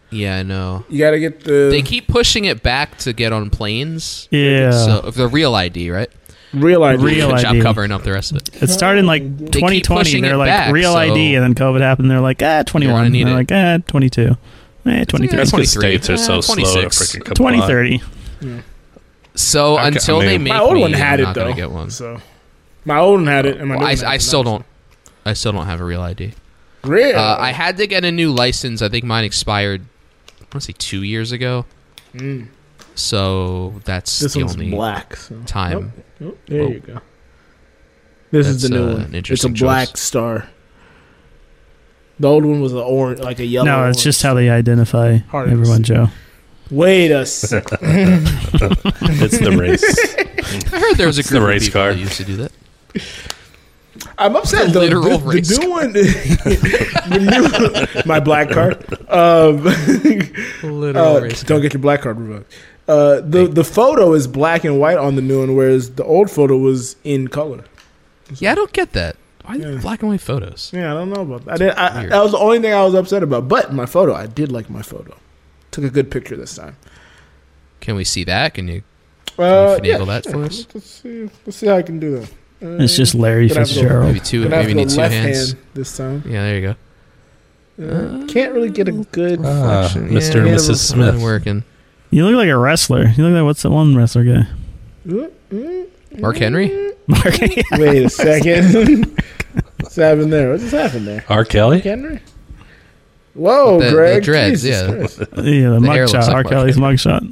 Yeah, I know. You gotta get the They keep pushing it back to get on planes. Yeah. So the real ID, right? real ID. Real Good job ID. covering up the rest of it. It started in like They keep 2020. pushing They're it like back, real so- ID, and then COVID happened. They're like ah 21. need They're it. like ah 22. Eh, 23. That's That's because 23. states are so Uh, slow to 26. freaking comply. 2030. So Okay, I until they mean- make My old me, one had I'm it not gonna though. Get one. So my old one had it, and my Well, new I, one had I it. still don't. I still don't have a real ID. Real. Uh, I had to get a new license. I think mine expired. I want to say two years ago. Mm. So that's This the one's only black. So. time. Oh, oh, there Oh. you go. This is the That's, new uh, an one. It's a interesting black choice. star. The old one was an orange, like a yellow. No, it's orange. just how they identify Hard to everyone, see. Joe. Wait a *laughs* second. It's the *laughs* race. I heard *laughs* there was a It's the group of race people car. that used to do *laughs* that. Uh, I'm upset. The, the, Literal the, race new one, *laughs* the new, *laughs* my black card. Um, *laughs* Literal Uh, race car. don't get your black card revoked. Uh, the the photo is black and white on the new one, whereas the old photo was in color. Yeah, I don't get that. Why Yeah. black and white photos? Yeah, I don't know about that. I did, I, Weird. that was the only thing I was upset about. But my photo, I did like my photo. Took a good picture this time. Can we see that? Can you? Uh, finagle yeah, that sure. for us? Let's see. Let's see how I can do that. Uh, It's just Larry But I have to- Fitzgerald. Maybe two. gonna have Maybe to go need two left hands. hand this time. Yeah, there you go. Uh, can't really get a good *laughs* Ah, reflection. Mr. and Yeah, Mrs. it's Not Smith. working. You look like a wrestler. You look like what's that one wrestler guy? Mark Henry. Mark. Wait a *laughs* second. What's happened there? What just happened there? R. Kelly? Henry. Whoa, The- the Greg. dreads, Jesus yeah. Oh, Christ. yeah, the, The hair mugshot. looks like R. Mark Kelly's mugshot.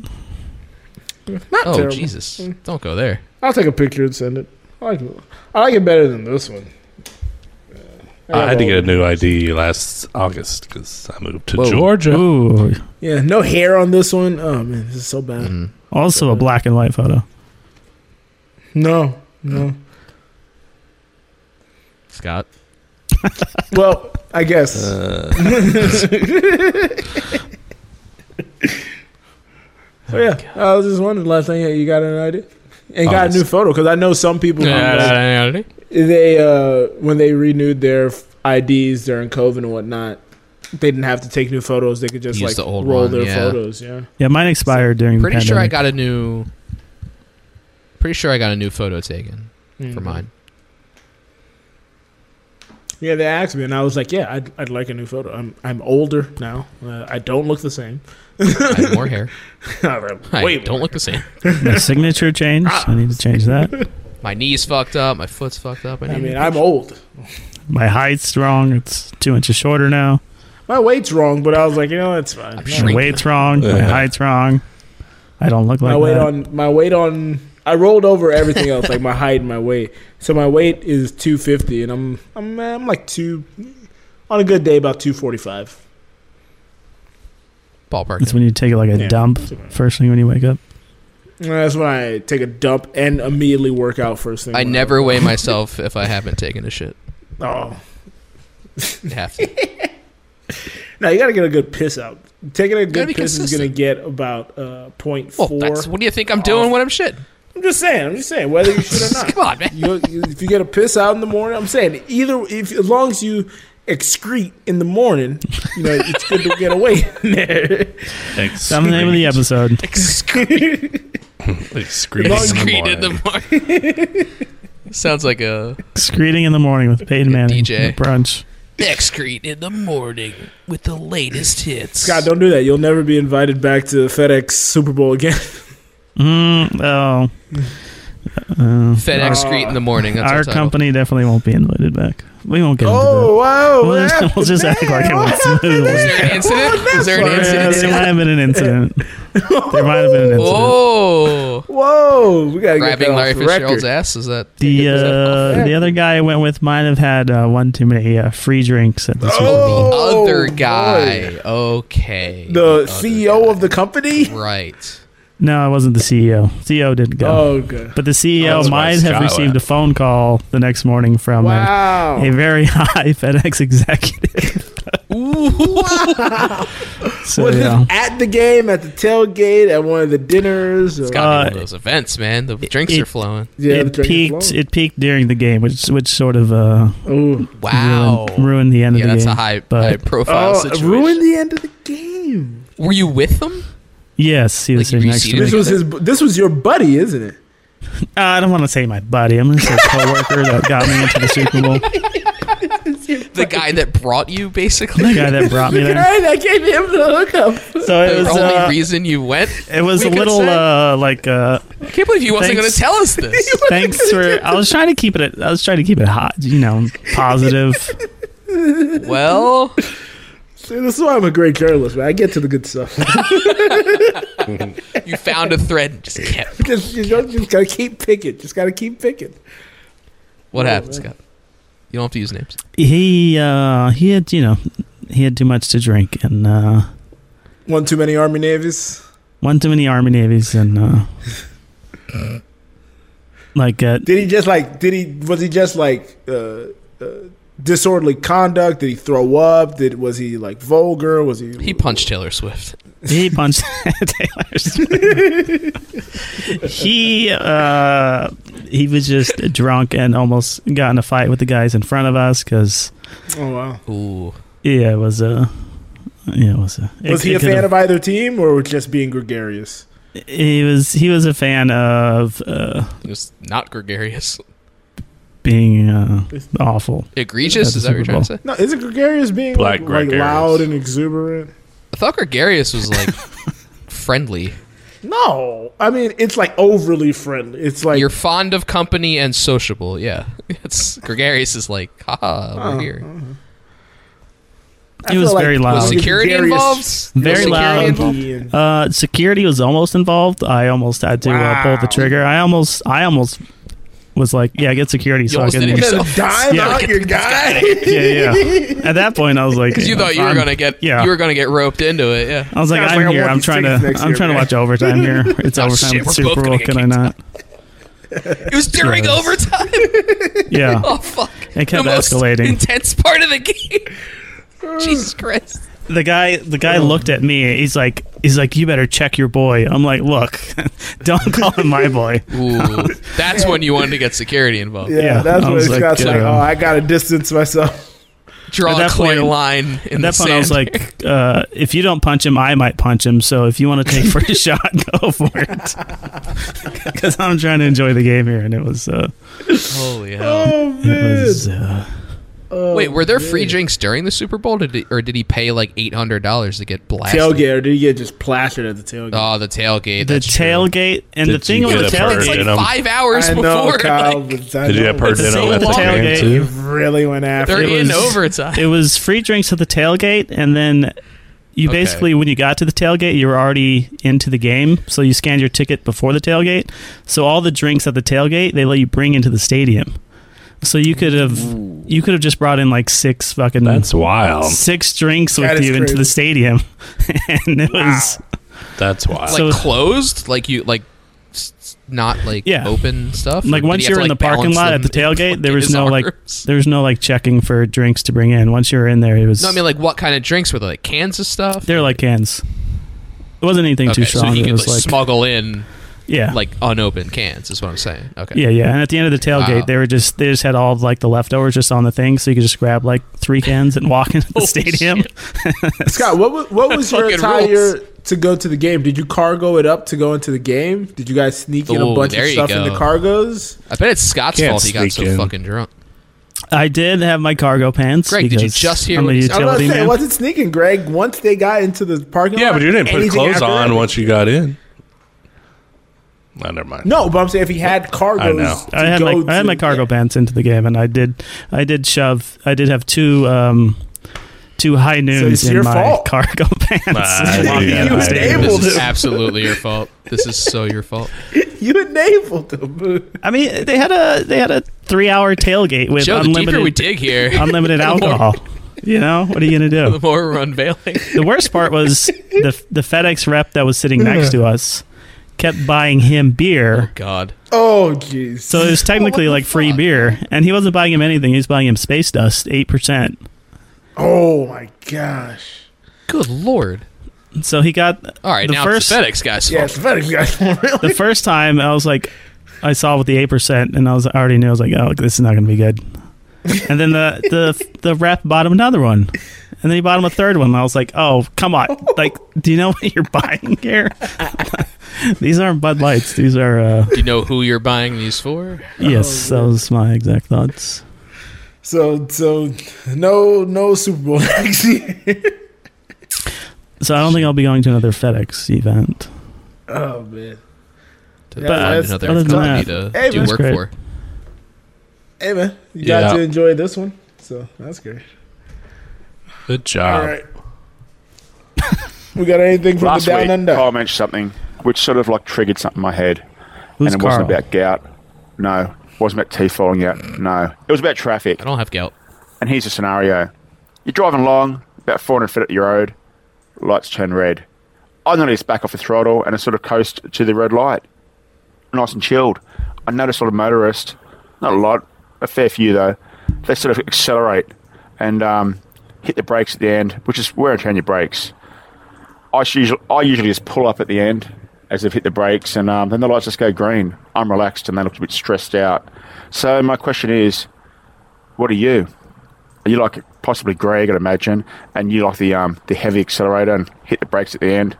Not Oh terrible. Jesus! Don't go there. I'll take a picture and send it. I like it. I like it better than this one. Uh, I had to got get a new ID last August because I moved to Whoa. *laughs* Georgia. Ooh. Yeah, no hair on this one. Oh man, this is so bad. Mhm. Also a black and white photo. No, no. Scott. Well, I guess. Uh, so yeah, I was just wondering. Last thing you got an idea? And got a new photo because I know some people. they uh when they renewed their f- IDs during COVID and whatnot, they didn't have to take new photos. They could just Use like the old roll one, their yeah. photos. Yeah. Yeah, mine expired during the Pretty pandemic. sure I got a new. Mm-hmm. Pretty sure I got a new photo taken for mine. Yeah, they asked me, and I was like, "Yeah, I'd, I'd like a new photo. I'm I'm older now. Uh, I don't look the same. *laughs* I have more hair. I Wait, don't look the same. My signature changed. I need to Ah. change that. My knee's fucked up. My foot's fucked up. I, I need- mean, I'm old. My height's wrong. It's two inches shorter now. My weight's wrong, but I was like, you know, that's fine. sure My Shrink. weight's wrong. My Yeah. height's wrong. I don't look like my weight that. on my weight on. I rolled over everything else, like my height and my weight. So my weight is 250, and I'm I'm uh, I'm like two on a good day about 245. ballpark. It's when you take it like a Yeah. dump first thing when you wake up. And uh, That's when I take a dump and immediately work out first thing. I when never *laughs* weigh myself if I haven't taken a shit. Oh, You have to. no, you gotta get a good piss out. Taking a good be piss is gonna consistent. get about uh, point Well, four. that's, what do you think I'm doing when I'm shit? I'm just saying. I'm just saying whether you *laughs* should or not. Come on, man. You, you, if you get a piss out in the morning, I'm saying either if as long as you excrete in the morning, you know it's good to get away. in there. Excrete. That's the name of the episode. Excrete Excrete. excrete in in the morning. the morning. *laughs* Sounds *laughs* like a Excreting in the morning with Peyton Manning. DJ. at Brunch. excrete in the morning with the latest hits. God, don't do that. You'll never be invited back to FedEx Super Bowl *laughs* again. Mm, oh. Uh, FedEx excrete in the morning. That's our our title. company definitely won't be invited back. We won't get oh wow! into that. We'll what just, we'll happened just act like it there? What happened there? went smooth. Is there *laughs* an incident? Is there an Yeah, incident? there might have been an incident. There might have been an incident. *laughs* Oh, Whoa! We gotta get that grabbing off Larry the Fitzgerald's record. ass is that The is that off? uh, the other guy I went with might have had uh, one too many uh, free drinks at the Super Bowl. Oh, other boy. guy? Okay, The other CEO of the company. guy. right. No, I wasn't the E CEO. CEO didn't go. Oh, okay. But the CEO that's why might have Scott received went. a phone call the next morning from a, Wow. a very *laughs* high FedEx executive. *laughs* so Was yeah. it at the game, at the tailgate, at one of the dinners? Or, It's gotta be one Uh, of those events, man. The drinks it- are flowing. yeah, the it drink peaked. flow. It peaked during the game, which which sort of uh, Ooh. Wow. ruined, ruined the end yeah, of the that's game. a high, but- high profile Oh, situation. ruin the end of the game. Were you with them? yes, he was Like, sitting you next to see me. This was his. This was your buddy, isn't it? Uh, I don't want to say my buddy. I'm going to say *laughs* coworker that got me into the Super Bowl. The The guy that brought you, basically. guy that brought me there. Right, I gave him the hookup. So it *laughs* the was only uh, reason you went. it was we a could've little said. uh, like *laughs* uh, I can't believe you wasn't going to Thanks. tell us *laughs* this. thanks for. I was trying to keep it. I was trying to keep it hot. You know, *laughs* positive. well, See, this is why I'm a great journalist, man. I get to the good stuff. *laughs* you found a thread and just kept. just, you know, just gotta keep picking. Just gotta keep picking. What happened, Scott? You don't have to use names. He uh, he had you know he had too much to drink and uh, One too many Army Navies. one too many Army navies and *laughs* uh, Uh. like uh, Did he just like? Did he? Was he just like uh, uh, disorderly conduct? Did he throw up? Did was he like vulgar? Was he? He punched Taylor Swift. He punched *laughs* Taylor Swift. *laughs* he uh, he was just drunk and almost got in a fight with the guys in front of us because Oh wow. Ooh. yeah, it was a yeah, it was a. Was it- he it a fan could've- of either team or just being gregarious? He was he was a fan of uh, It was not gregarious. being uh, awful. Egregious? At the Is that what you're Super trying Bowl. to say? No, isn't gregarious being Black like, like gregarious. loud and exuberant? I thought gregarious was like *laughs* friendly. No, I mean it's like overly friendly. It's like You're fond of company and sociable. Yeah. *laughs* It's gregarious is like, haha, we're here. I It feel was like very when loud. Was Uh, you're security gregarious, involved? you're Very Was security loud. involved? loud and- Uh, security was almost involved. I almost had to uh, pull Wow. the trigger. I almost I almost was like, yeah, get security so I almost can. *laughs* did it You're yourself. gonna *laughs* *laughs* dime Yeah. out your guy. yeah, yeah. At that point, I was *laughs* like, Because you thought you were I'm- gonna get yeah. you were gonna get roped into it, yeah. I was like, Sounds I'm like I here. want I'm these trying to. tickets next I'm year, trying to man. watch overtime *laughs* here. It's Oh, overtime shit, with we're both Super gonna Bowl. get Can I not? It was during Yes. overtime. *laughs* Yeah. Oh fuck! It kept the most escalating. intense part of the *laughs* game. Jesus Christ! The guy. The guy Oh. looked at me. He's like. He's like, you better check your boy. I'm like, look, *laughs* don't call him my boy. Ooh, that's when you wanted to get security involved. Yeah, Yeah, that's I what was like, Scott's like. uh, Oh, I gotta distance myself. Draw At a that clear point- line *laughs* in At that the point, I was sand. *laughs* like, uh, if you don't punch him, I might punch him. So if you want *laughs* to take first shot, *laughs* go for it. *laughs* Because I'm trying to enjoy the game here, and it was. Uh, "Holy hell!" Oh it man, was. Uh, Wait, were there free drinks during the Super Bowl, did he, or did he pay like eight hundred dollars to get blasted? Tailgate, or did he get just plastered at the tailgate? Oh, the tailgate. The that's true. tailgate and Did the thing you with the get a It's purge tailgate. like in 'em? five hours I know, before. *laughs* Kyle. like, but I Did you know have per the dinner same at the game tailgate. You too? really went after. they're it. in was- overtime. It was free drinks at the tailgate, and then you Okay. basically, when you got to the tailgate, you were already into the game. So you scanned your ticket before the tailgate. So all the drinks at the tailgate, they let you bring into the stadium. So you could have you could have just brought in like six fucking That's wild. six drinks That with is you into crazy. the stadium, *laughs* and it was That's wild. so- like closed, like you like s- s- not like Yeah. open stuff. like Did once he have you're to, in the like, parking balance lot at them the in, tailgate, there in was his no like arms? there was no like checking for drinks to bring in. Once you were in there, it was No, I mean like what kind of drinks were they? Like Kansas stuff. they're like cans. It wasn't anything okay, too strong. so you it could was like, like smuggle in yeah, like unopened cans. Is what I'm saying. Okay. Yeah, yeah. And at the end of the tailgate, Wow. they were just they just had all of, like the leftovers just on the thing, so you could just grab like three cans and walk into the Holy stadium. Scott, what was, what *laughs* was your Fucking attire rules. to go to the game? Did you cargo it up to go into the game? Did you guys sneak in Ooh, a bunch there of you stuff in go. the cargos? I bet it's Scott's Can't fault he got sneak so in. fucking drunk. *laughs* I did have my cargo pants. Greg, did you because just hear I'm what a he said? I was utility saying, it man. wasn't sneaking, Greg. Once they got into the parking lot, yeah, but you didn't put anything clothes after on that- once you got in. Oh, never mind. No, but I'm saying if he had cargos, I know. to I had go my I had to- my cargo pants into the game, and I did I did shove I did have two um two high noons it's in your my fault. *laughs* cargo *laughs* pants. Nah, Walking yeah, into the I- stadium. Enabled This is *laughs* him. absolutely your fault. This is so your fault. *laughs* You enabled him. I mean, they had a they had a three hour tailgate with Joe, the deeper unlimited we dig here, unlimited more- alcohol. You know what are you gonna do? *laughs* the more we're unveiling. the worst part was the the FedEx rep that was sitting next to us kept buying him Oh beer. God. *laughs* Oh, jeez. So it *laughs* was technically the like free fuck? beer, and he wasn't buying him anything. He was buying him space dust, eight percent. oh my gosh. Good lord. So he *laughs* got All right, The now first- it's the FedEx guy's Yeah, fault. it's better, guys. the first time. I was like, I saw with the eight percent, and I was I already knew. I was like, oh, this is not going to be good. And then the the the rep bought him another one, and then he bought him a third one. And I was like, oh, come on! Like, do you know what you're buying *laughs* here? *laughs* These aren't Bud Lights. These are uh, Do you know who you're buying these for? Oh, Yes, that was my exact thoughts. So, so no, no Super Bowl *laughs* next year. So I don't think I'll be going to another FedEx event. Oh man. To Yeah, find that's- another other than company to that- Hey, do that's work great. for. Hey man, you got Yeah. to enjoy this one. So that's great. Good All job. right. *laughs* we got anything from Last the down week, Um, under? Carl mentioned something which sort of like triggered something in my head, Who's and it Carl? wasn't about gout. No, it wasn't about teeth falling out. No, it was about traffic. I don't have gout. And here's the scenario: you're driving along about 400 feet up your road, lights turn red. I noticed back off the throttle and I sort of coast to the red light, nice and chilled. I noticed a lot of motorists, not a lot, a fair few though. They sort of accelerate and um, hit the brakes at the end, which is wear and tear on your brakes. I usually, I usually just pull up at the end as they've hit the brakes, and um, then the lights just go green. I'm relaxed, and they look a bit stressed out. So my question is, what are you? Are you like possibly Greg, I'd imagine, and you like the um, the heavy accelerator and hit the brakes at the end,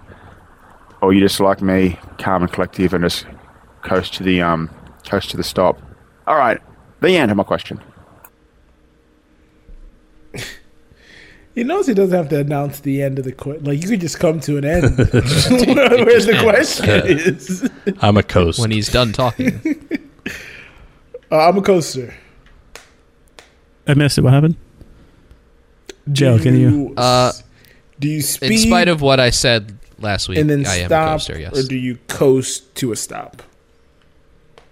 or you just like me, calm and collective, and just coast to the um, coast to the stop? All right, the end of my question. He knows he doesn't have to announce the end of the question. Like you could just come to an *laughs* end *laughs* where, where the question is. I'm a coast. When he's done talking, Uh, I'm a coaster. I missed it. What happened? Joe, can you? Uh, do you in speed spite of what I said last week, and then I am stop, a coaster. Yes, or do you coast to a stop?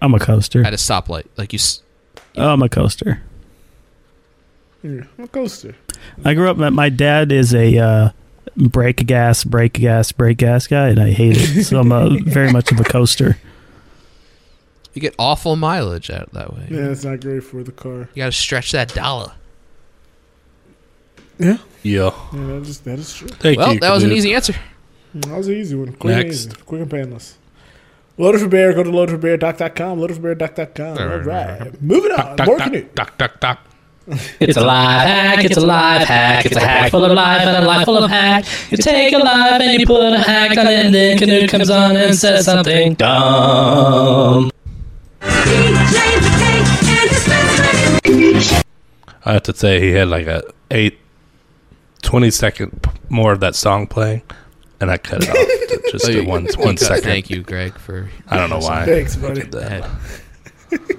I'm a coaster. at a stoplight, like you. s- I'm a coaster. Yeah, I'm a coaster. I grew up. my- My dad is a uh, brake gas, brake gas, brake gas guy, and I hate it. So *laughs* I'm a, very much of a coaster. You get awful mileage out that way. Yeah, it's not great for the car. You got to stretch that dollar. yeah. Yeah, that is, that is true. Thank Well, you. that was an Canute. easy answer. That was an easy one. Quick Next. and easy. Quick and painless. Loaded for Bear, go to loadedforbear.com, loadedforbear.com. All right. Moving on. More Canute. Duck, duck, duck. It's a life hack, it's a life hack, it's a hack full of life and a life full of hack. You take a life and you put a hack on it, and then Canute comes on and says something dumb. DJ K and his best friend. I have to say he had like a eight, 20 second p- more of that song playing, and I cut it off to *laughs* just a one one second. Thank you, Greg, for I don't know why. Thanks, buddy. I did that. *laughs* that.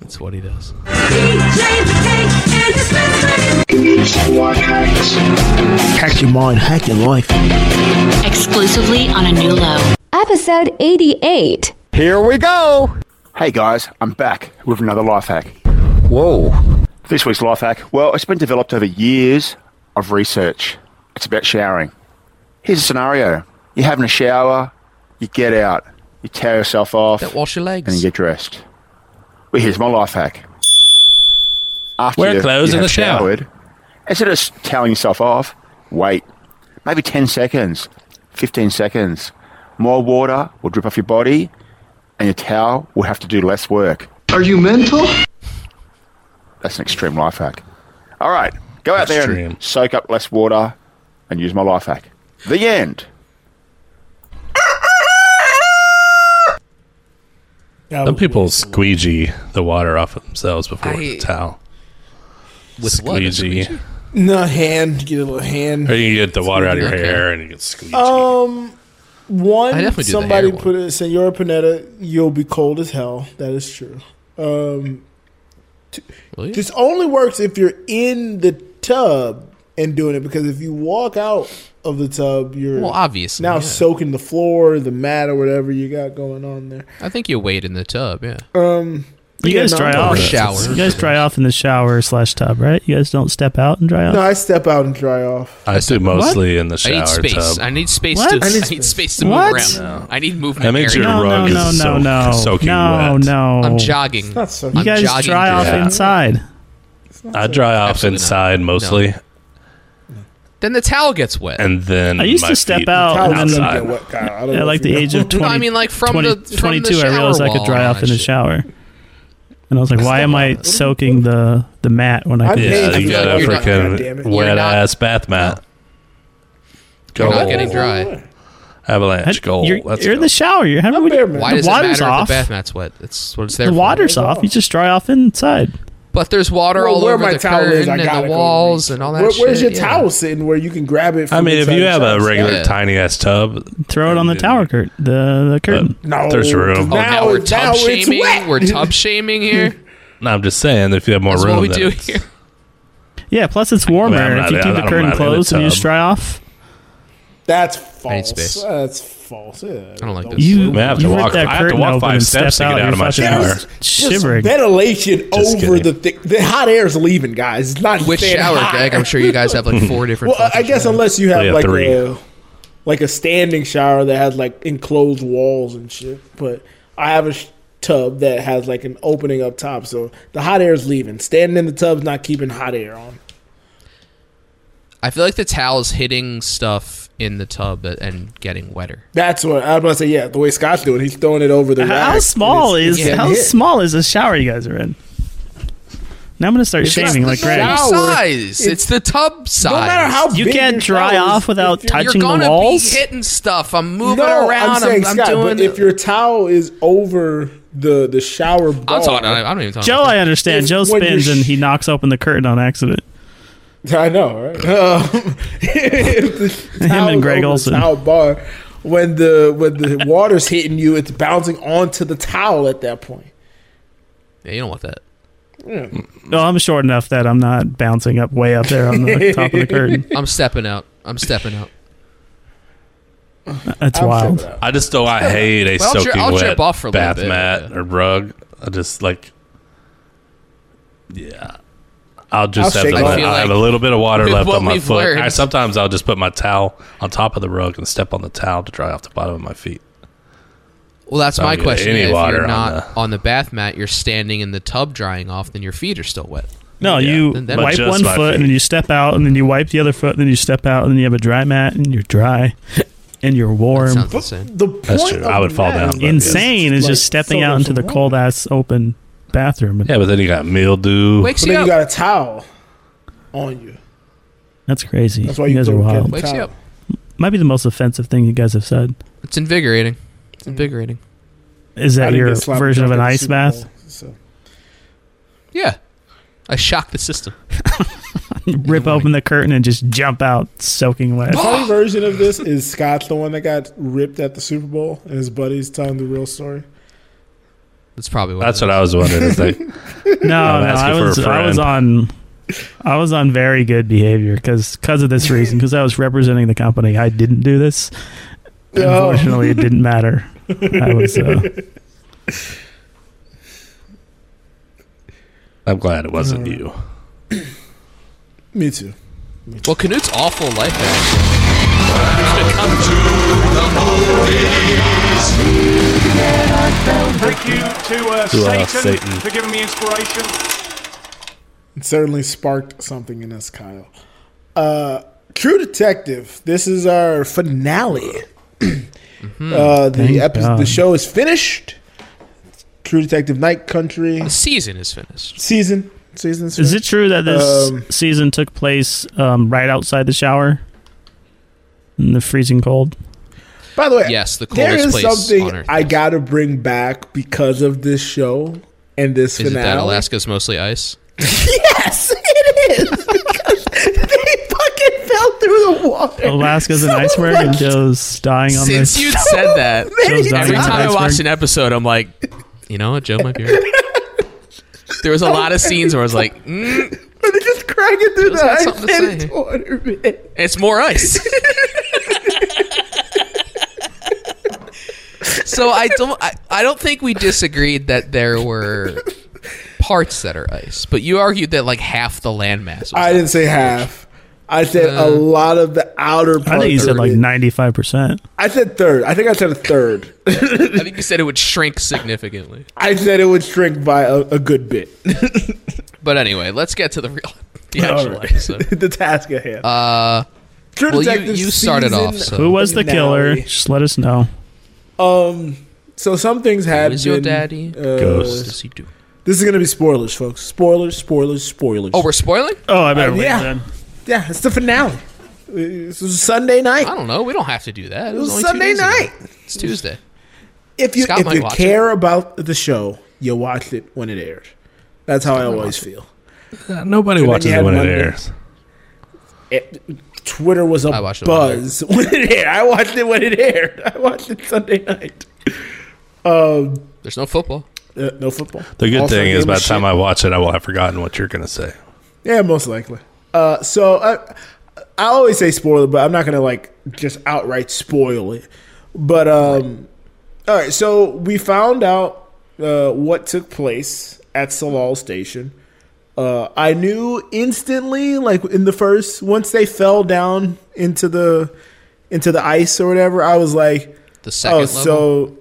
That's what he does. Hack your mind, hack your life. exclusively on a new low. Episode 88. Here we go. Hey guys, I'm back with another life hack. Whoa. This week's life hack, well, it's been developed over years of research. It's about showering. Here's a scenario you're having a shower, you get out, you tear yourself off, Don't wash your and you legs. get dressed. Well, here's my life hack. After Wear you- clothes you in have the shower. showered, instead of s- toweling yourself off, wait. Maybe 10 seconds, 15 seconds. More water will drip off your body, and your towel will have to do less work. Are you mental? That's an extreme life hack. All right, go out there Extreme. and soak up less water and use my life hack. The end. Yeah, Some people squeegee the water off of themselves before I- the towel. With what? A squeegee. squeegee? no hand. Get a little hand. Or you get the water out of your Okay. hair and you get squeegee. Um, I one definitely do the somebody hair one. put it, Senora Panetta, you'll be cold as hell. That is true. Um, t- Will you? this only works if you're in the tub and doing it because if you walk out of the tub, you're Well, obviously. now yeah. soaking the floor, the mat, or whatever you got going on there. I think you wait in the tub. Yeah. Um, You yeah, guys no, dry no, off. Or shower. You guys dry off in the shower slash tub, right? You guys don't step out and dry off. No, I step out and dry off. I do mostly in the I shower need space. tub. I need space What? to. I *laughs* I need need, space. space. to move What? around. I need movement. That makes area. your no, rug no, is no, soak- no, soaking no, wet. no. I'm jogging. not so- I'm You You guys jogging dry through off the- inside. I dry off Absolutely not. inside mostly, Then the towel gets wet. and then I used to my step feet- out Towels and then- doesn't outside. get wet, Kyle. I don't know At if like you the know. *laughs* age of 20, I mean, like, from 20 the- from the 22, I shower realized I could wall dry off and in the shit. shower. And I was like, why am I soaking the, the mat when I I'm could paying Yeah, I you feel got like a you're not- God damn freaking it. You're wet not- ass bath mat. You're Goal. not getting dry. Avalanche goal. You're, Let's you're in go. the shower. You're having I'm what you- bare minimum. Why the does it matter water's if the off. bath mat's wet? That's what it's there The for. water's off. You just dry off inside. But there's water Well, all where over my the towel curtain is, I gotta and go the walls reach. and all that. Where- where's your shit, yeah. towel sitting where you can grab it? From I mean, if inside you the have a shower? regular Yeah. tiny ass tub, Throw it on the Yeah. tower curtain. The, the but curtain. No, there's room. Oh, now, Now- we're tub now it's shaming. wet. We're tub *laughs* shaming here. No, I'm just saying if you have more That's room, what we then do it's- here. Yeah, plus it's warmer I'm if not- you keep I'm the not Um, curtain in the closed and you just tub. dry off. That's I need false. Uh, space. That's false. Yeah. I don't like this. You, Man, I have to you rip walk- that I have to curtain walk open five and steps to step get out, out of you're my fucking shower. Shivering. Just ventilation Just over kidding. the thick. The hot air is leaving, guys. It's not Which staying shower, hot. Greg? I'm sure you guys have like four different. Well, I- I fucking guess showers. unless you have Yeah, like three. a like a standing shower that has like enclosed walls and shit. But I have a sh- tub that has like an opening up top, so the hot air is leaving. Standing in the tub's not keeping hot air on. I feel like the towel is hitting stuff in the tub and getting wetter. That's what I was about to say. Yeah, the way Scott's doing, he's throwing it over the. rack, How and small it's- is it's getting how hit. small is the shower you guys are in? Now I'm gonna start shaming not like the Greg. shower. Size. It's, the tub size. No matter how You big can't your dry towel is, off without if you're- touching you're the gonna walls? be hitting stuff. I'm moving No, around. I'm saying, Scott, doing. but if your towel is over the the shower bar, I'm talking. I don't even talk. Joe, I understand. If- Joe when you spins sh- and he knocks open the curtain on accident. *laughs* I know, *laughs* right? Um, *laughs* if the towel and is Greg over the Olsen. Towel bar. When the when the water's hitting you, it's bouncing onto the towel at that point. yeah, you don't want that. No, I'm short enough that I'm not bouncing up way up there *laughs* on the top of the curtain. I'm stepping out. I'm stepping out. That's I'm wild. tripping out. I just don't. I hate a Well, I'll dri- soaking I'll wet drip off for a little bath bit, mat yeah. or rug. I just like, yeah. I'll just I'll have, shake it to let- off. I I feel have a like little bit of water *laughs* with left what on my we've foot. learned- I, sometimes I'll just put my towel on top of the rug and step on the towel to dry off the bottom of my feet. Well, that's Don't my get question. Oh, any if water you're on not on the- the, bath mat, you're standing in the tub drying off, then your feet are still wet. No, Yeah, you then- then- wipe Adjust one my foot and feet. then you step out and then you wipe the other foot and then you step out and then you have a dry mat and you're dry and you're That warm. sounds insane. The point true. of I would fall that down, is but yeah. Insane is like, just stepping so out there's into a the wall. cold ass open bathroom. Yeah, but then you got mildew. Wakes But you then up. you got a towel on you. That's crazy. That's why you you guys are go get wild. the Wakes you towel. up. Might be the most offensive thing you guys have said. It's invigorating. Mm-hmm. It's invigorating. Is I that didn't your get sloppy version of *laughs* drunk an at the ice Super bath? Bowl, so. Yeah. I shock the system. Rip open the curtain and just jump out soaking *laughs* wet. The funny version of this is Scott's the one that got ripped at the Super Bowl, and his buddies telling the real story. That's probably what. That's what I was wondering. Is like, No, I'm no, I asking for a was I was on friend. I was on very good behavior because of this *laughs* reason because I was representing the company. I didn't do this. Oh. No. Unfortunately, it didn't matter. I was *laughs* uh, I'm glad it wasn't you. Me too. Well, Canute's awful life hack. Thank you to, uh, To, Satan, uh, Satan. for giving me inspiration. It certainly sparked something in us, Kyle. Uh, True Detective. This is our finale. *clears throat* Mm-hmm. Uh, Thank the episode, the God. show is finished. True Detective Night Country The season is finished. season season. Is it true that this Um, season took place um, right outside the shower in the freezing cold? By the way, Yes, the there coldest is place something on Earth. I gotta bring back because of this show and this Is it that finale. Alaska's mostly ice? *laughs* yes, it is because *laughs* they fucking fell through the water. Alaska's *laughs* an iceberg and Joe's dying on Since this. *laughs* you said that, Joe's dying *laughs* every on time I this watch iceberg. an episode, I'm like, you know what, Joe might *laughs* be right. There was a lot of scenes where I was like, mm, But *laughs* they just cracking through Joe's the got ice something to and say. it's water, man. it's more ice. *laughs* so I don't, I, I don't think we disagreed that there were parts that are ice, but you argued that like half the landmass. was I didn't say half. I said a lot of the outer part. I think you said of like it. ninety five percent. I said third. I think I said a third. I think you said it would shrink significantly. I said it would shrink by a, a good bit. *laughs* But anyway, let's get to the real, *laughs* the actual All right. *laughs* episode. the task at hand. Uh, True well, you- Detective you started season- off, so- Who was the killer? Finale. Just let us know. Um. So some things have is been. your daddy? uh, What does he do? This is gonna be spoilers, folks. Spoilers, spoilers, spoilers. Oh, we're spoiling? Oh, I better Uh, wait yeah. then. yeah, it's the finale. This is Sunday night. I don't know. We don't have to do that. It It was was, only two Sunday days ago. night. It's Tuesday. If you Scott if might you watch it. care about the show, you watched it when it aired. That's how I always feel. Uh, Nobody And then watches you it had when it Monday. airs. It, Twitter was a I watched it when it aired. buzz *laughs* when it aired. I watched it when it aired. I watched it Sunday night. Um, There's no football. uh, no football. The good Also thing game is, of by the shit. time I watch it, I will have forgotten what you're gonna say. Yeah, most likely. Uh, so I, I always say spoiler, but I'm not gonna like just outright spoil it. But um, all right. So we found out uh, what took place at Salal Station. Uh, I knew instantly, like in the first, once they fell down into the into the ice or whatever, I was like, The second oh, level. so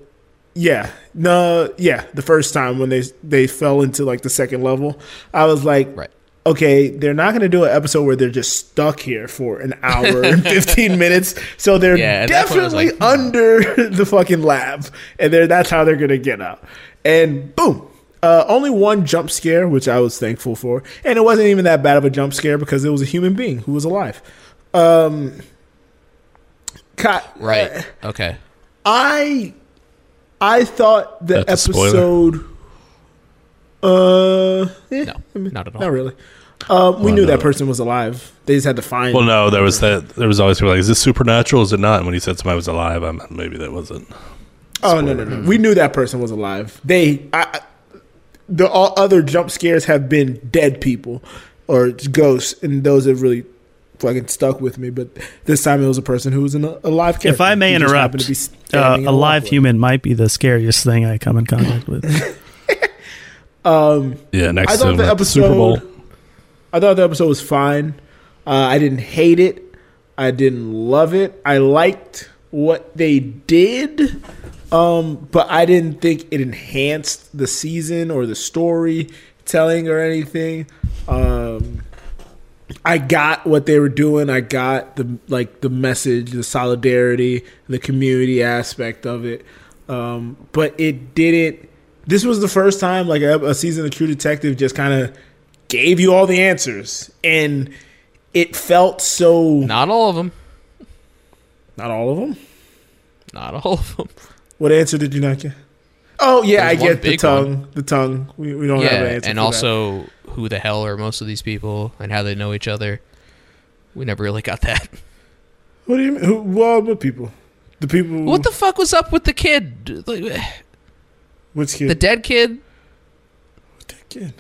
yeah, no, yeah. The first time when they they fell into like the second level, I was like, Right. okay, they're not going to do an episode where they're just stuck here for an hour *laughs* and fifteen minutes. So they're Yeah, at that point I was definitely like, hmm. under *laughs* the fucking lab, and they're that's how they're going to get out. And boom. Uh, only one jump scare, which I was thankful for, and it wasn't even that bad of a jump scare because it was a human being who was alive. Um, Ky- Right. Okay. I I thought the That's a spoiler. episode. Uh, eh, No, I mean, not at all. Not really. Um, we Well, knew no. that person was alive. They just had to find. Well, no, there was that. There was always people like, "Is this supernatural? Is it not?" And when he said somebody was alive, I'm, maybe that wasn't. oh no, no, no. We knew that person was alive. They, I, I- the all other jump scares have been dead people or ghosts, and those have really fucking stuck with me. But this time it was a person who was an a live character. If I may who just happened interrupt, to be uh, standing in a the live walkway. human might be the scariest thing I come in *laughs* contact with. Um, Yeah, next I to thought him the at the Super Bowl. episode. I thought the episode was fine. Uh, I didn't hate it. I didn't love it. I liked what they did, um, but I didn't think it enhanced the season or the story telling or anything. Um, I got what they were doing. I got the like the message, the solidarity, the community aspect of it. Um, but it didn't. This was the first time like a, a season of True Detective just kind of gave you all the answers, and it felt so not, Not all of them. all of them. Not all of them. What answer did you not get? Oh yeah, There's I one get the big one. tongue. The tongue. We, we don't have an Yeah, answer. and for that. also who the hell are most of these people and how they know each other. We never really got that. What do you mean? Who, well, what people? The people. What the fuck was up with the kid? Like, eh, Which kid? The dead kid? dead kid?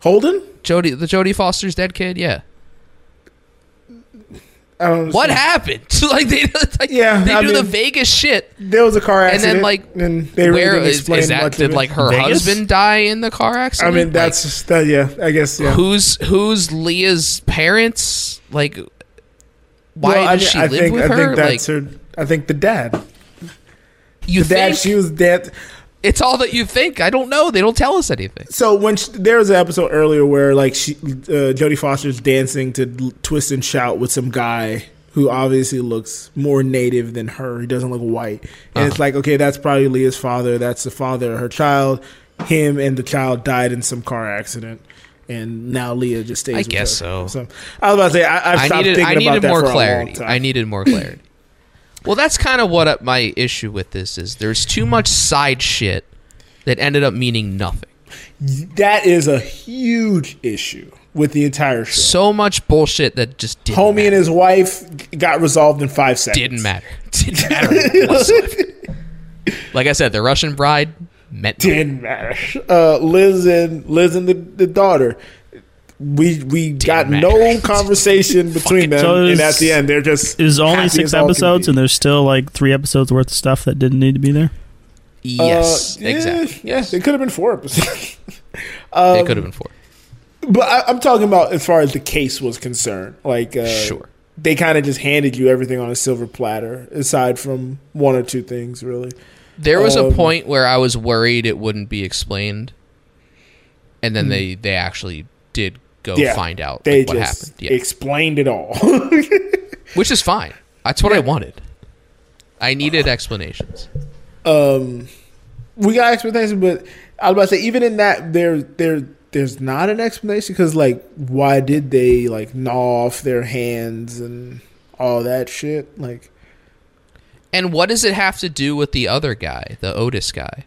Holden? Jody, the Jodie Foster's dead kid. Yeah. I don't What understand. happened? *laughs* like they, like, Yeah, they I do the mean- Vegas shit. There was a car And accident, then like, and they really where didn't is, explain is that? much of Did it. like her Vegas? husband die in the car I accident? mean, that's just that. Yeah, I guess. Yeah. who's who's Leah's parents? Like, why Well, I does mean, she I live think, with I her? think that's like, her. I think the dad. you the dad. think She was dead. it's all that you think? I don't know. They don't tell us anything. So when she, there was an episode earlier where like she, uh, Jodie Foster's dancing to l- "Twist and Shout" with some guy who obviously looks more native than her. He doesn't look white, and Uh-huh. it's like okay, that's probably Leah's father. That's the father of her child. Him and the child died in some car accident, and now Leah just stays. I with guess her. so. I was about to say I, I've I stopped needed I thinking needed about that more for a clarity. long time. I needed more clarity. well, that's kind of what uh, my issue with this is. There's too much side shit that ended up meaning nothing. that is a huge issue with the entire show. So much bullshit that just didn't Homie and his wife g- got resolved in five seconds. didn't matter. *laughs* Didn't matter. whatsoever. like I said, the Russian bride meant didn't matter. Uh, Liz and Liz and the, the daughter. We we got no conversation between them, So and it was- at the end they're just It was only happy six as all can episodes, be. and there's still like three episodes worth of stuff that didn't need to be there. Uh, Yes, yeah, exactly. Yes, it could have been four episodes. *laughs* it Um, could have been four. But I, I'm talking about as far as the case was concerned. Like, uh, Sure. they kind of just handed you everything on a silver platter, aside from one or two things, really. There was a Um, point where I was worried it wouldn't be explained, and then they they actually did go Yeah, find out They like, what just happened. Yeah, explained it all. *laughs* which is fine. That's what I wanted. I needed explanations. um, we got explanation, but I was about to say even in that there there there's not an explanation because like why did they like gnaw off their hands and all that shit? Like And what does it have to do with the other guy, the Otis guy?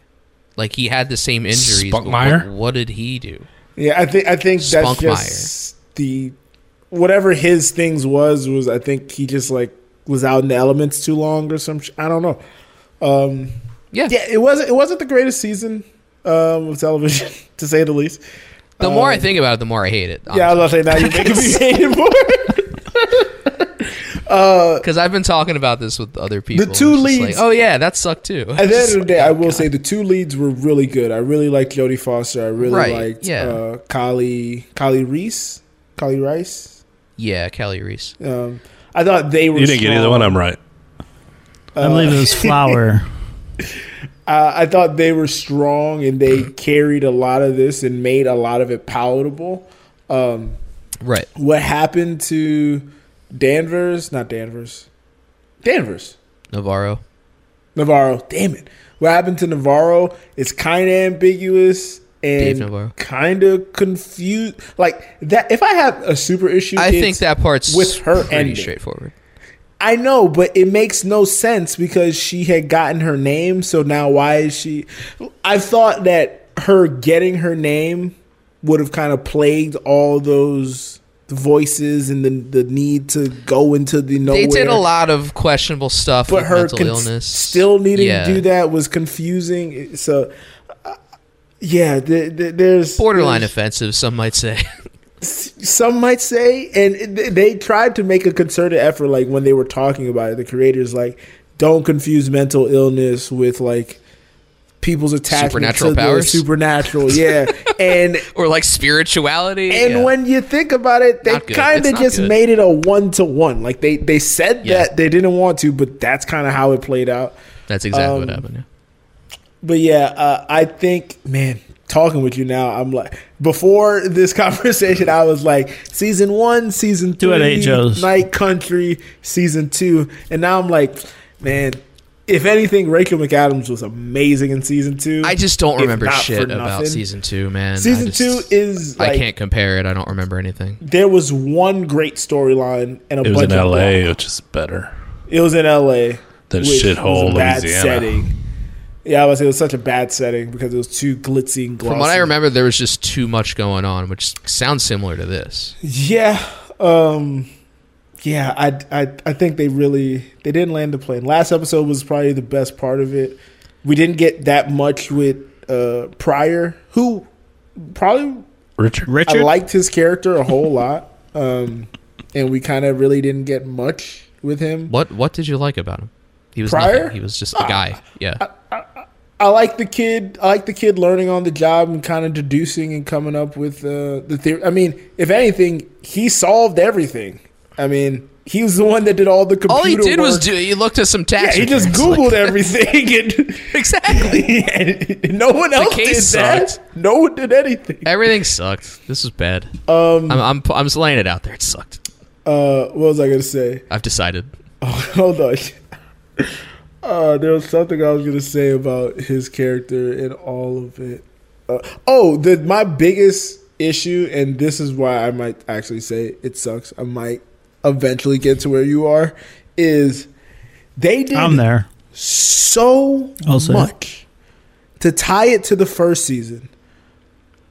Like he had the same injuries. but Spunkmeyer? What, what did he do? yeah, I think I think that's Spunkmeyer. just the whatever his things was was I think he just like was out in the elements too long or some sh- I don't know. Um, yeah, yeah, it wasn't it wasn't the greatest season um, of television *laughs* to say the least. The more I Um, think about it, the more I hate it. yeah, I was about to say now you're making me hate it more. because I've been talking about this with other people. The two and it's just leads- Like, oh yeah, that sucked too. At the end of the day, I will say the two leads were really good. I really liked Jodie Foster. I really Right, liked yeah. uh, Kylie Kylie Reese, Kylie Rice. *laughs* yeah, Kelly Reese. Um, I thought they were. You didn't get either one. strong. I'm right. I *laughs* believe it was Flower. Uh, I thought they were strong and they Mm. carried a lot of this and made a lot of it palatable. Um, Right. what happened to Danvers? Not Danvers. Danvers. Navarro. Navarro. Damn it. What happened to Navarro is kind of ambiguous Dave and Navarro. kind of confused. Like that. If I have a super issue, I it's- think that part's with her pretty ending. straightforward. I know, but it makes no sense because she had gotten her name. So now why is she? I thought that her getting her name would have kind of plagued all those voices and the the need to go into the nowhere. They did a lot of questionable stuff but with her mental con- illness. still needing Yeah. to do that was confusing. So, uh, yeah, th- th- there's Borderline there's- offensive, some might say. *laughs* Some might say, and th- they tried to make a concerted effort. Like when they were talking about it, the creators like don't confuse mental illness with like people's attachment Supernatural to the powers? supernatural. *laughs* Yeah, and or like spirituality. and yeah. when you think about it, they Not good. kind It's of not just good. made it a one to one. Like they they said Yeah. that they didn't want to, but that's kind of how it played out. That's exactly what um, happened. But yeah, uh, I think, man, talking with you now, I'm like, before this *laughs* conversation, I was like, season one, season Do it, three, eight Joes. Night Country, season two, and now I'm like, man, if anything, Rachel McAdams was amazing in season two. I just don't if remember not for shit about nothing. season two, man. I Season just- two is like I can't compare it. I don't remember anything. there was one great storyline and a It was bunch in of L.A., which is better It was in L.A. than which was shithole a bad Louisiana. setting. Yeah, I was. It was such a bad setting because it was too glitzy and glossy. From what I remember, there was just too much going on, which sounds similar to this. Yeah, um, yeah. I, I I think they really they didn't land the plane. Last episode was probably the best part of it. We didn't get that much with uh, Pryor, who probably Richard. I Richard? liked his character a whole lot, um, and we kind of really didn't get much with him. What What did you like about him? He was Pryor? nothing. He was just Ah. a guy. Yeah. Uh, I like the kid. I like the kid learning on the job and kind of deducing and coming up with uh, the theory. I mean, if anything, he solved everything. I mean, he was the one that did all the computer. All he did was work. do. He looked at some Yeah, tax. he just returns, Googled *laughs* like- everything, and *laughs* exactly. no one The else did case that. No one did anything. Everything sucked. This was bad. Um, I'm, I'm I'm just laying it out there. It sucked. Uh, what was I gonna say? *laughs* I've decided. Oh, hold on. *laughs* Uh, there was something I was gonna say about his character and all of it. Uh, oh, the my biggest issue, and this is why I might actually say it sucks. I might eventually get to where you are. Is they did *laughs* I'm there. *laughs* so I'll say it. much to tie it to the first season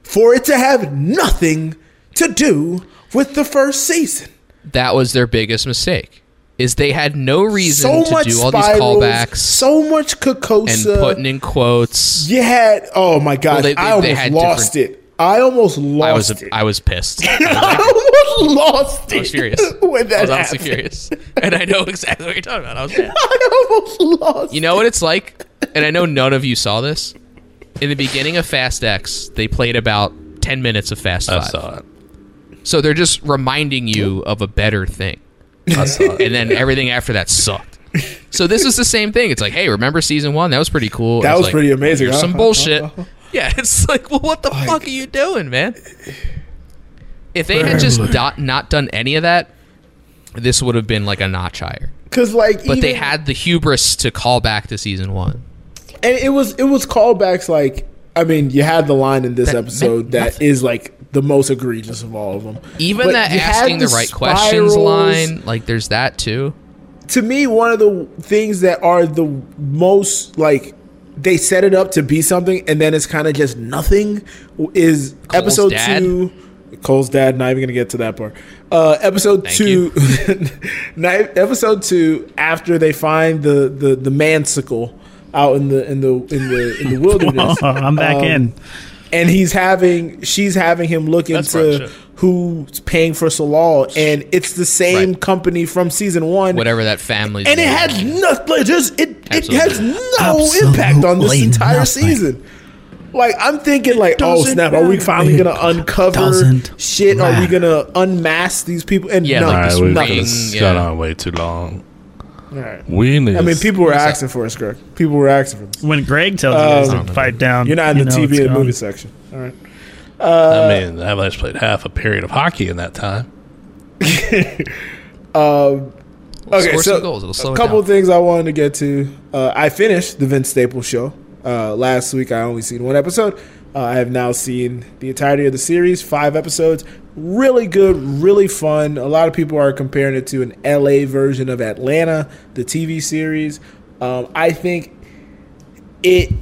for it to have nothing to do with the first season. That was their biggest mistake. Is they had no reason to do all these spirals, callbacks so much uh, and Carcosa. putting in quotes. You had oh my gosh, Well, they- I they- they almost had lost it. I almost lost I was it. *laughs* I was pissed. I almost lost it. I was furious. *laughs* when that I was honestly happened. furious, and I know exactly what you're talking about. I was mad. I almost *laughs* lost. You know what it's like, and I know none of you saw this. In the beginning of Fast X, they played about ten minutes of Fast I Five. saw it. So they're just reminding you of a better thing, I saw it. and then everything after that sucked. So this is the same thing. It's like, hey, remember season one? That was pretty cool. That It's was like, pretty amazing. *laughs* Here's some bullshit. Yeah, *laughs* it's like, well, what the fuck are you doing, man? If they had just not, not done any of that, this would have been like a notch higher. Because like, But they even- had the hubris to call back to season one. and it was it was callbacks. Like, I mean, you had the line in this episode that is like the most egregious of all of them. Even But that you had asking the, right questions spirals. line, like there's that too. to me one of the things that are the most like they set it up to be something and then it's kind of just nothing is episode dad? two cole's dad not even gonna get to that part uh episode two *laughs* night episode two after they find the the the mansicle out in the in the in the in the wilderness I'm back Um, in. and he's having she's having him look That's into friendship. who's paying for Solal and it's the same company from season one Whatever that family's and it name had is. nothing. Like, just it, it Absolutely. has no impact on this Absolutely entire nothing. season. Like I'm thinking, like, oh doesn't snap, are we matter. finally gonna uncover doesn't shit? Are we gonna unmask these people? And Yeah, no, like nothing. we've just gone on way too long. All right. We need. I mean, people were asking for us, Greg. People were asking for this. When Greg tells you guys Um, to pipe down, You're not in you the know TV it's and gone. movie section. All right. Uh, I mean, the Avalanche played half a period of hockey in that time. Um, okay, score so some goals. It'll slow a it couple down. of things I wanted to get to. Uh, I finished the Vince Staples show uh, last week. I only seen one episode. Uh, I have now seen the entirety of the series, five episodes. Really good, really fun. A lot of people are comparing it to an LA version of Atlanta, the TV series. Um, I think it.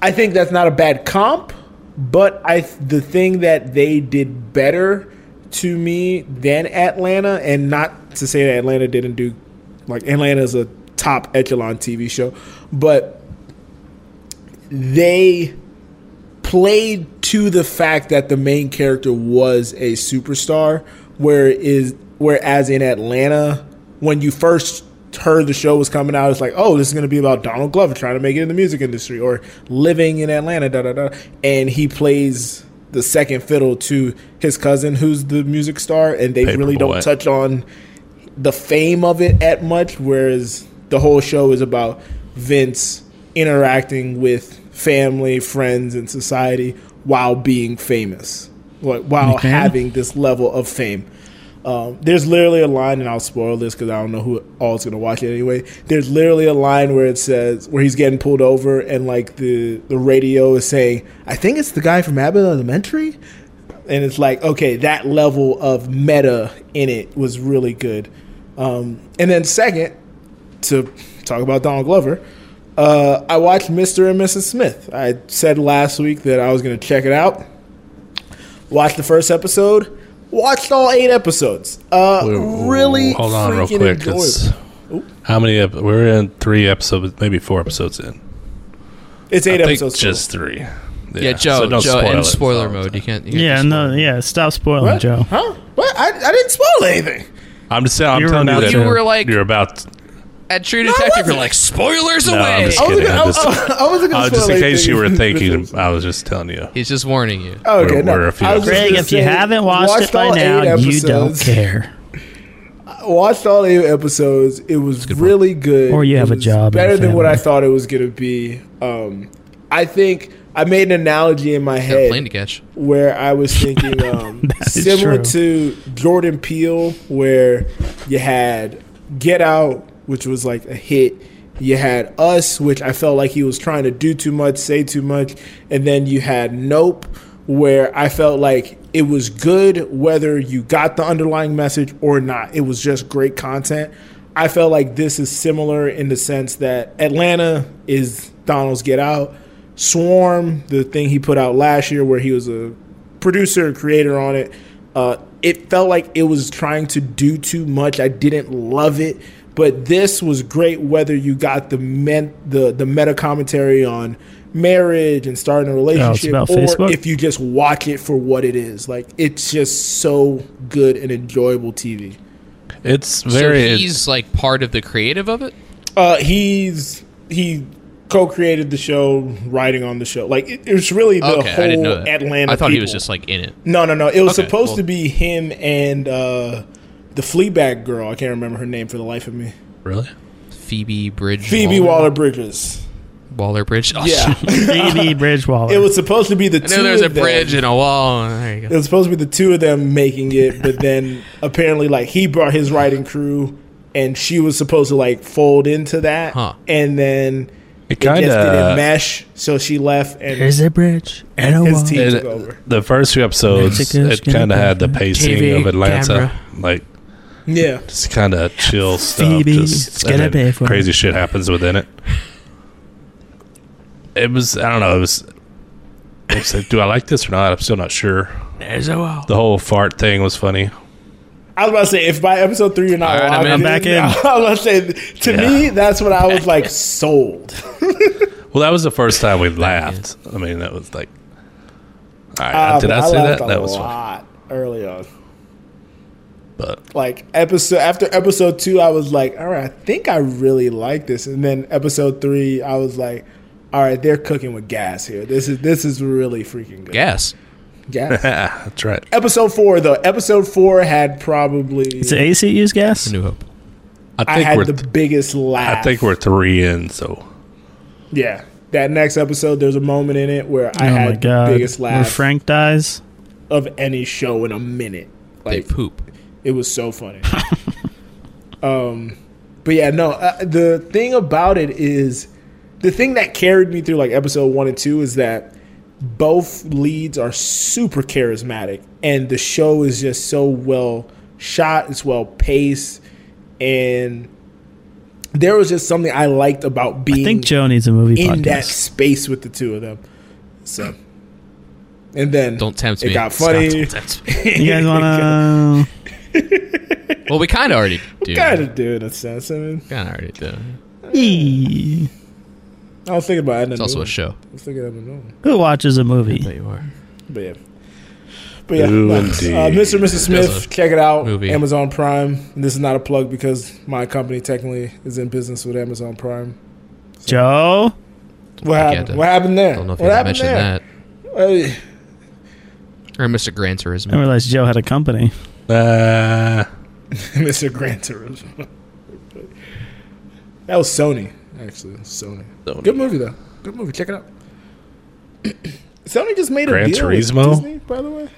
I think that's not a bad comp, but I the thing that they did better to me than Atlanta, and not to say that Atlanta didn't do like Atlanta is a top echelon TV show, but they played to the fact that the main character was a superstar, where is whereas in Atlanta, when you first heard the show was coming out, it's like, oh, this is gonna be about Donald Glover trying to make it in the music industry or living in Atlanta, da da da. And he plays the second fiddle to his cousin who's the music star and they really don't Paperboy. touch on the fame of it at much, whereas the whole show is about Vince interacting with family, friends, and society while being famous, like, while Okay. having this level of fame. Um, there's literally a line, and I'll spoil this because I don't know who all's gonna watch it anyway. There's literally a line where it says where he's getting pulled over, and like the the radio is saying, "I think it's the guy from Abbott Elementary," and it's like, okay, that level of meta in it was really good. Um, and then second, to talk about Donald Glover, Uh, I watched Mr. and Mrs. Smith. I said last week that I was going to check it out. Watched the first episode. Watched all eight episodes. Uh, really Hold on, real freaking quick. enjoyed It's, it. how many? Ep- we're in three episodes, maybe four episodes in. It's I eight think episodes. Just three. Yeah, Yeah, Joe, so don't Joe, spoil in it. spoiler mode, you can't. You can't Yeah, no, yeah. Stop spoiling, What? Joe. Huh? What? I, I didn't spoil anything. I'm just saying. I'm You were telling you about that to. You were like- you're about. At True Detective, you're wasn't. like spoilers No, away. I'm just I was kidding. gonna- I'm just, I was- *laughs* I wasn't gonna uh, just spoil in case you *laughs* were anything. thinking. I was just telling you. He's just warning you. Okay, We're- no. we're a few I was just Greg, gonna if you say, haven't watched it watched by all now, eight you don't episodes. *laughs* care. I watched all eight episodes. It was really good. Or you It have a was job and a Better than what I family. thought it was going to be. Um, I think I made an analogy in my Got a head plane to catch. where I was thinking um, *laughs* That is similar true. to Jordan Peele, where you had Get Out, which was like a hit. You had Us, which I felt like he was trying to do too much, say too much, and then you had Nope, where I felt like it was good whether you got the underlying message or not. It was just great content. I felt like this is similar in the sense that Atlanta is Donald's Get Out. Swarm, the thing he put out last year where he was a producer, creator on it. Uh, it felt like it was trying to do too much. I didn't love it, but this was great. Whether you got the men, the the meta commentary on marriage and starting a relationship, Oh, about or Facebook? if you just watch it for what it is, like it's just so good and enjoyable TV. It's so very. he's like part of the creative of it. Uh, he's he co-created the show, writing on the show. Like it, it's really the okay, whole I didn't know that. Atlanta. I thought he was people. just like in it. No, no, no. It was Okay, supposed well- to be him and uh, the Fleabag girl. I can't remember her name for the life of me. really. Phoebe Bridge. Phoebe Waller Bridges. Waller Bridge. Oh, Yeah. Phoebe Bridgewaller. it was supposed to be the I two. knew there's a of them. bridge and a wall. and There you It go. was supposed to be the two of them making it, but then apparently, like, he brought his writing crew, and she was supposed to like fold into that, Huh. and then It it just didn't kind of. mesh, so she left, and There's a bridge and a his wall. team took over. The first few episodes, Mexico's it kind gonna of had the go. pacing TV of Atlanta, camera. like Yeah, just kind of chill stuff. Phoebe, just, it's gonna and then pay for crazy shit happens within it. It was I don't know. It was. I was like, do I like this or not? I'm still not sure. There's a wall. The whole fart thing was funny. I was about to say if by episode three you're not All right, I'm logged in. I'm back *laughs* in. I was about to say to Yeah. me that's when I was like sold. Well, that was the first time we laughed. I mean, that was like. All right, Ah, Uh, did but I say laughed that? a That was funny. lot early on. But Like episode after episode two, I was like, all right, I think I really like this. And then episode three, I was like, all right, they're cooking with gas here. This is this is really freaking good. Guess. Gas. that's right. episode four though. Episode four had probably Is it ACU's gas? New Hope. I I think had we're. the biggest laugh. I think we're three in. So yeah. That next episode, there's a moment in it where I oh my had the god! biggest Where laugh Frank dies. of any show in a minute. They Like poop. It was so funny. *laughs* um, but yeah, no. Uh, the thing about it is, the thing that carried me through like episode one and two is that both leads are super charismatic, and the show is just so well shot. It's well paced, and there was just something I liked about being I think Joe needs a movie in that podcast. space with the two of them. So, and then Don't tempt It me. got Scott, funny. don't tempt me. You guys wanna? *laughs* well, we kind of already do. Kind of do in a sense. I mean, Kind of already do. Eee. I was thinking about adding It's a also new a show. I was thinking of a new one. Who watches a movie? There you are. But yeah. But yeah, Ooh, no. uh, indeed. Mr. and Mrs. That's a Smith, check it out. movie. Amazon Prime. And this is not a plug because my company technically is in business with Amazon Prime. Joe, What I get happened? that. What happened there? I don't know if you what guys happened mentioned there? that. Hey, Or Mr. Gran I didn't Turismo. realize Joe had a company. uh, *laughs* Mr. Gran Turismo. that was Sony, actually. Sony. Sony. Good movie though. Good movie. Check it out. *clears throat* Sony just made Gran a deal Turismo? with Disney, by the way.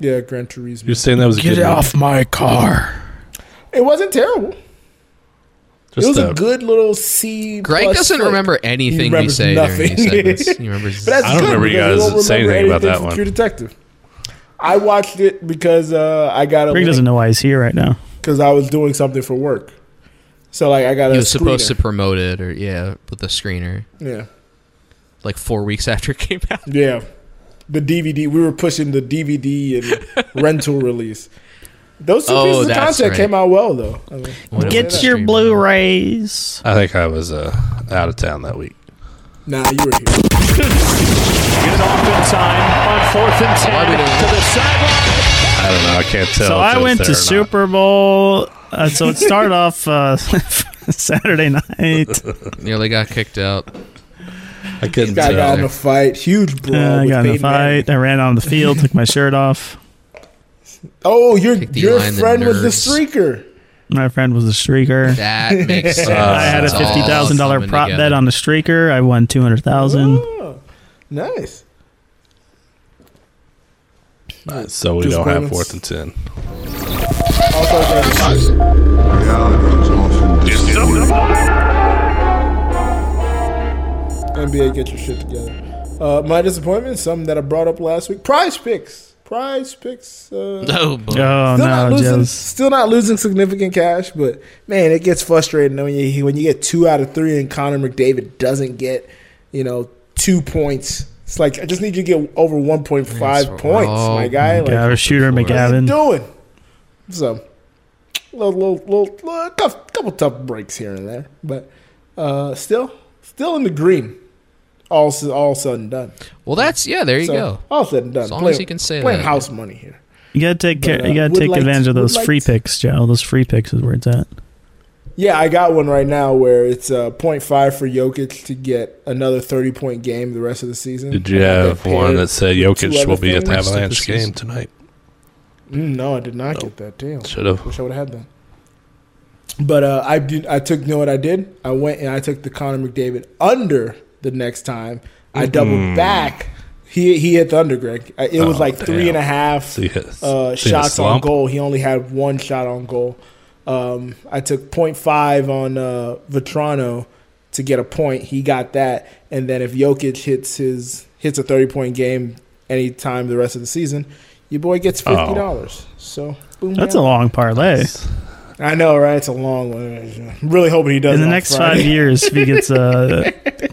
Yeah, Gran Turismo. you're saying that was a Get good movie? off my car. it wasn't terrible. Just it was a, a- good little C. Greg plus doesn't flick. remember anything we remembers say during nothing. *laughs* these segments. He remembers. But that's I don't good remember you because guys don't saying remember anything about anything that from one. True Detective. I watched it because uh, I got a Greg doesn't know why he's here right now. because I was doing something for work. So like I got he a was supposed to screener. promote it, or yeah, with the screener. Yeah. Like four weeks *laughs* after it came out. Yeah. The DVD. We were pushing the DVD *laughs* and rental release. Those two Oh, pieces of that's content right. came out well though. I mean, Get your Blu-rays. I think I was uh, out of town that week. Nah, you were here. Good off in time on fourth and ten to the sideline. I don't know. I can't tell. so if I was went there to or Super Bowl. Uh, so *laughs* it started off uh, *laughs* Saturday night. Nearly got kicked out. I couldn't Guy got in a fight, huge brawl. Uh, I with got in a Peyton Manning. fight. I ran on the field, took my shirt off. Oh, your the your line, the friend was the nerds. streaker. My friend was a *laughs* streaker. That makes sense. I had a It's all fifty thousand dollar coming prop together. bet on *laughs* the streaker. I won two hundred thousand. Nice. not. So we Just don't bonus. have fourth and ten. NBA, get your shit together. Uh, my disappointment, something that I brought up last week. Prize picks. Prize picks. Uh, No, boy. still Oh, not no, losing, Joe's- still not losing significant cash, but man, it gets frustrating when you when you get two out of three and Connor McDavid doesn't get you know two points. It's like I just need you to get over one point That's five what- points, my oh, guy. Like, McGavin, shooter what are McGavin. you doing? So, little little little, little tough, couple tough breaks here and there, but uh, still still in the green. All s- all said and done. Well, that's yeah. There you So, go. All said and done. As long Play- as you can say playing that. house money here. You gotta take care. But, uh, you gotta would take like- advantage of would those like free picks, Joe. Those free picks is where it's at. Yeah, I got one right now where it's uh, 0.5 for Jokic to get another 30 point game the rest of the season. Did you I got have one paired that said with two Jokic other will be at the things. Avalanche game tonight? Mm, No, I did not get that. Damn. Should've. Wish I would have had that. But uh, I did. I took. You know what I did? I went and I took the Connor McDavid under the next time. I doubled Mm. back. He he hit the under, Greg. Uh, It was Oh, like three and a damn. half See his- uh, see his shots on slump? goal. He only had one shot on goal. Um, I took 0.5 on uh, Vetrano to get a point. He got that. And then if Jokic hits his hits a 30 point game anytime the rest of the season, your boy gets fifty Oh. dollars. So boom, That's a bam. long parlay. I know, right? It's a long one. I'm really hoping he does. In it the on next Friday. five years, if he gets uh,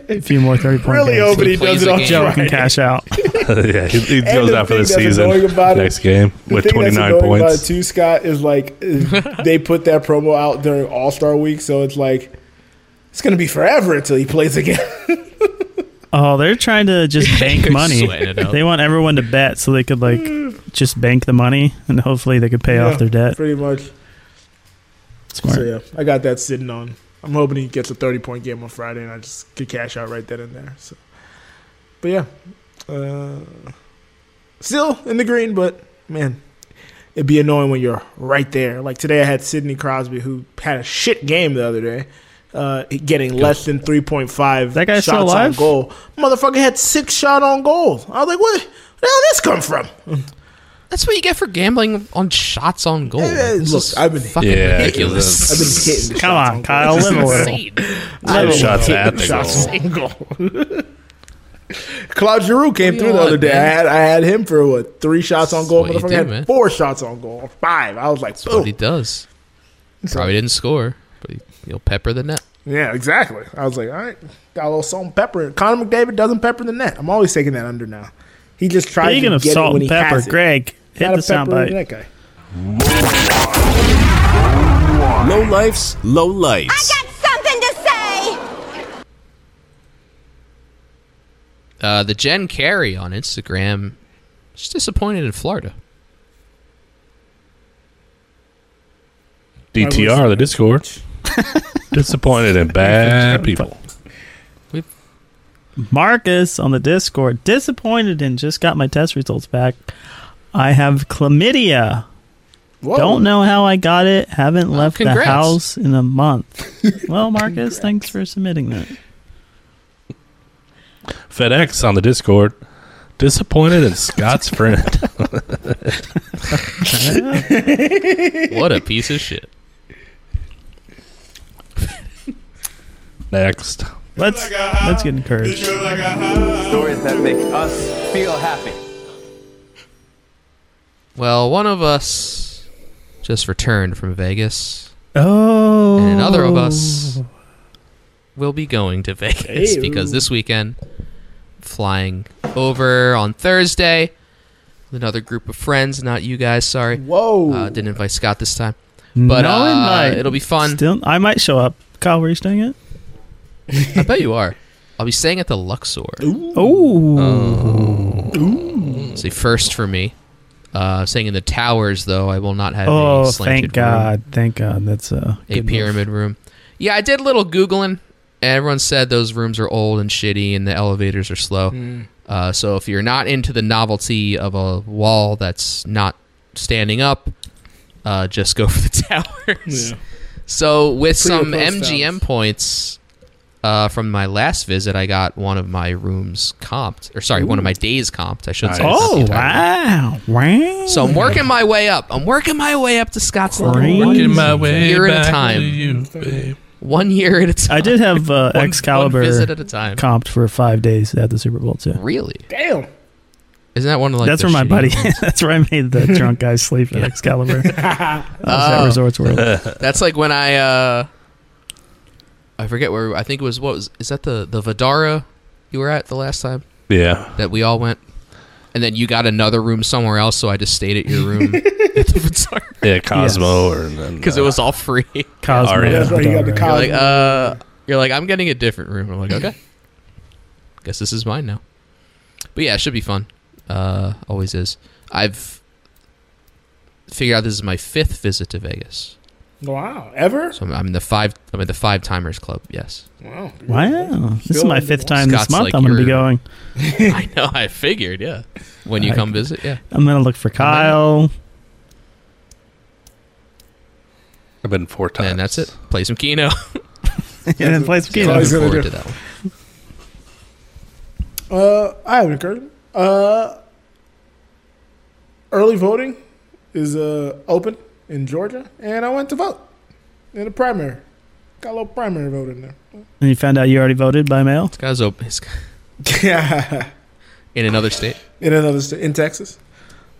a few more thirty point Really games, hoping he does it on Plays a Joe *laughs* game. can cash out. *laughs* yeah, he, he goes the out for thing the that's season. annoying about it- Next game The with thing twenty that's nine annoying about points. it too, Scott, is like *laughs* is they put that promo out during All Star Week, so it's like it's gonna be forever until he plays again. *laughs* Oh, they're trying to just bank They're money. sweating it out. They want everyone to bet so they could *sighs* like just bank the money and hopefully they could pay Yeah, off their debt. pretty much. Smart. So yeah, I got that sitting on. I'm hoping he gets a 30 point game on Friday, and I just could cash out right then and there. So, but yeah, uh, still in the green, but man, it'd be annoying when you're right there. Like today, I had Sidney Crosby, who had a shit game the other day, uh, getting less than 3.5 that guy shots still on alive? goal. Motherfucker had six shot on goals. I was like, what? Where the hell this come from? That's what you get for gambling on shots on goal. Eh, This look, is I've been fucking Yeah, ridiculous. I've been hitting the Come on, Kyle, This is live a little. insane. Live a shots little. at the Shots goal. on goal. *laughs* Claude Giroux came What do you through the want, other day. I man? had I had him for what three shots on goal. what you Motherfucker do, had man. four shots on goal, five. I was like, That's what he boom. does. Probably didn't score, but he, he'll pepper the net. Yeah, exactly. I was like, all right, got a little salt and pepper. Connor McDavid doesn't pepper the net. I'm always taking that under now. He just tries Speaking to of get it salt when and he pepper, has it. Greg, hit Gotta the pepper soundbite. That guy. Low lifes, low lights. Something to say! Uh, the Jen Carey on Instagram, she's disappointed in Florida. DTR the *laughs* Discord. Disappointed in bad people. Marcus on the Discord, disappointed and just got my test results back. I have chlamydia. Whoa. Don't know how I got it. Haven't left the congrats. house in *laughs* a month. well, Marcus, thanks for submitting that. FedEx on the Discord. Disappointed in Scott's friend. *laughs* *laughs* What a piece of shit. Next. Let's let's get encouraged. Stories that make us feel happy. Well, one of us just returned from Vegas. Oh. And another of us Oh. will be going to Vegas Hey-o. because this weekend, flying over on Thursday with another group of friends, not you guys, sorry. Whoa. Uh, didn't invite Scott this time. But No, I uh, might it'll be fun. Still, I might show up. Kyle, where are you staying at? I bet you are. I'll be staying at the Luxor. Oh. It's a first for me. Uh, staying in the towers, though, I will not have oh, a slanted thank God. Thank God. That's uh, room, a pyramid room. Yeah, I did a little Googling. and Everyone said those rooms are old and shitty and the elevators are slow. Mm. Uh, so if you're not into the novelty of a wall that's not standing up, uh, just go *laughs* for the towers. Yeah. So with Pre or some post MGM points uh, from my last visit, I got one of my rooms comped, or sorry, one of my days comped. I should say. It's not the Oh, entire room. wow. Wow. So I'm working my way up. I'm working my way up to Scott's level. Crazy. Working my way year at back a time. to One year at a time. I did have uh, One- Excalibur one visit at a time. comped for five days at the Super Bowl too. Really? Damn. Isn't that one of like? that's the where my shitty buddy. ones? *laughs* that's where I made *laughs* the drunk guy sleep at Excalibur. I was at Oh. Resorts *laughs* World. *laughs* That's like when I. uh I forget where. I think it was what was is that the the Vidara you were at the last time? Yeah. That we all went. And then you got another room somewhere else, so I just stayed at your room Yeah, Cosmo or then, because it was all free. Cosmo Aria. That's why you got the You're like, Cosmo. uh, you're like, I'm getting a different room. I'm like, okay, guess this is mine now. But yeah, it should be fun. Uh, always is. I've figured out this is my fifth visit to Vegas. Wow. Ever? So I'm, I'm in the five. I'm in the five timers club. Yes, Wow. Wow, this is my fifth time Scott's this month. like, I'm going to be you're- going. I know. I figured. Yeah, when you I- come visit. Yeah, I'm going to look for Kyle. I've been four times. and that's it. Play some Keno. and then play some *laughs* Yeah, games. looking forward to that one. Uh, I haven't occurred. Uh, early voting is uh, open in Georgia, and I went to vote in the primary. Got a little primary vote in there. And you found out you already voted by mail. This guy's open. This guy, Yeah, *laughs* in another state. in another state, in Texas.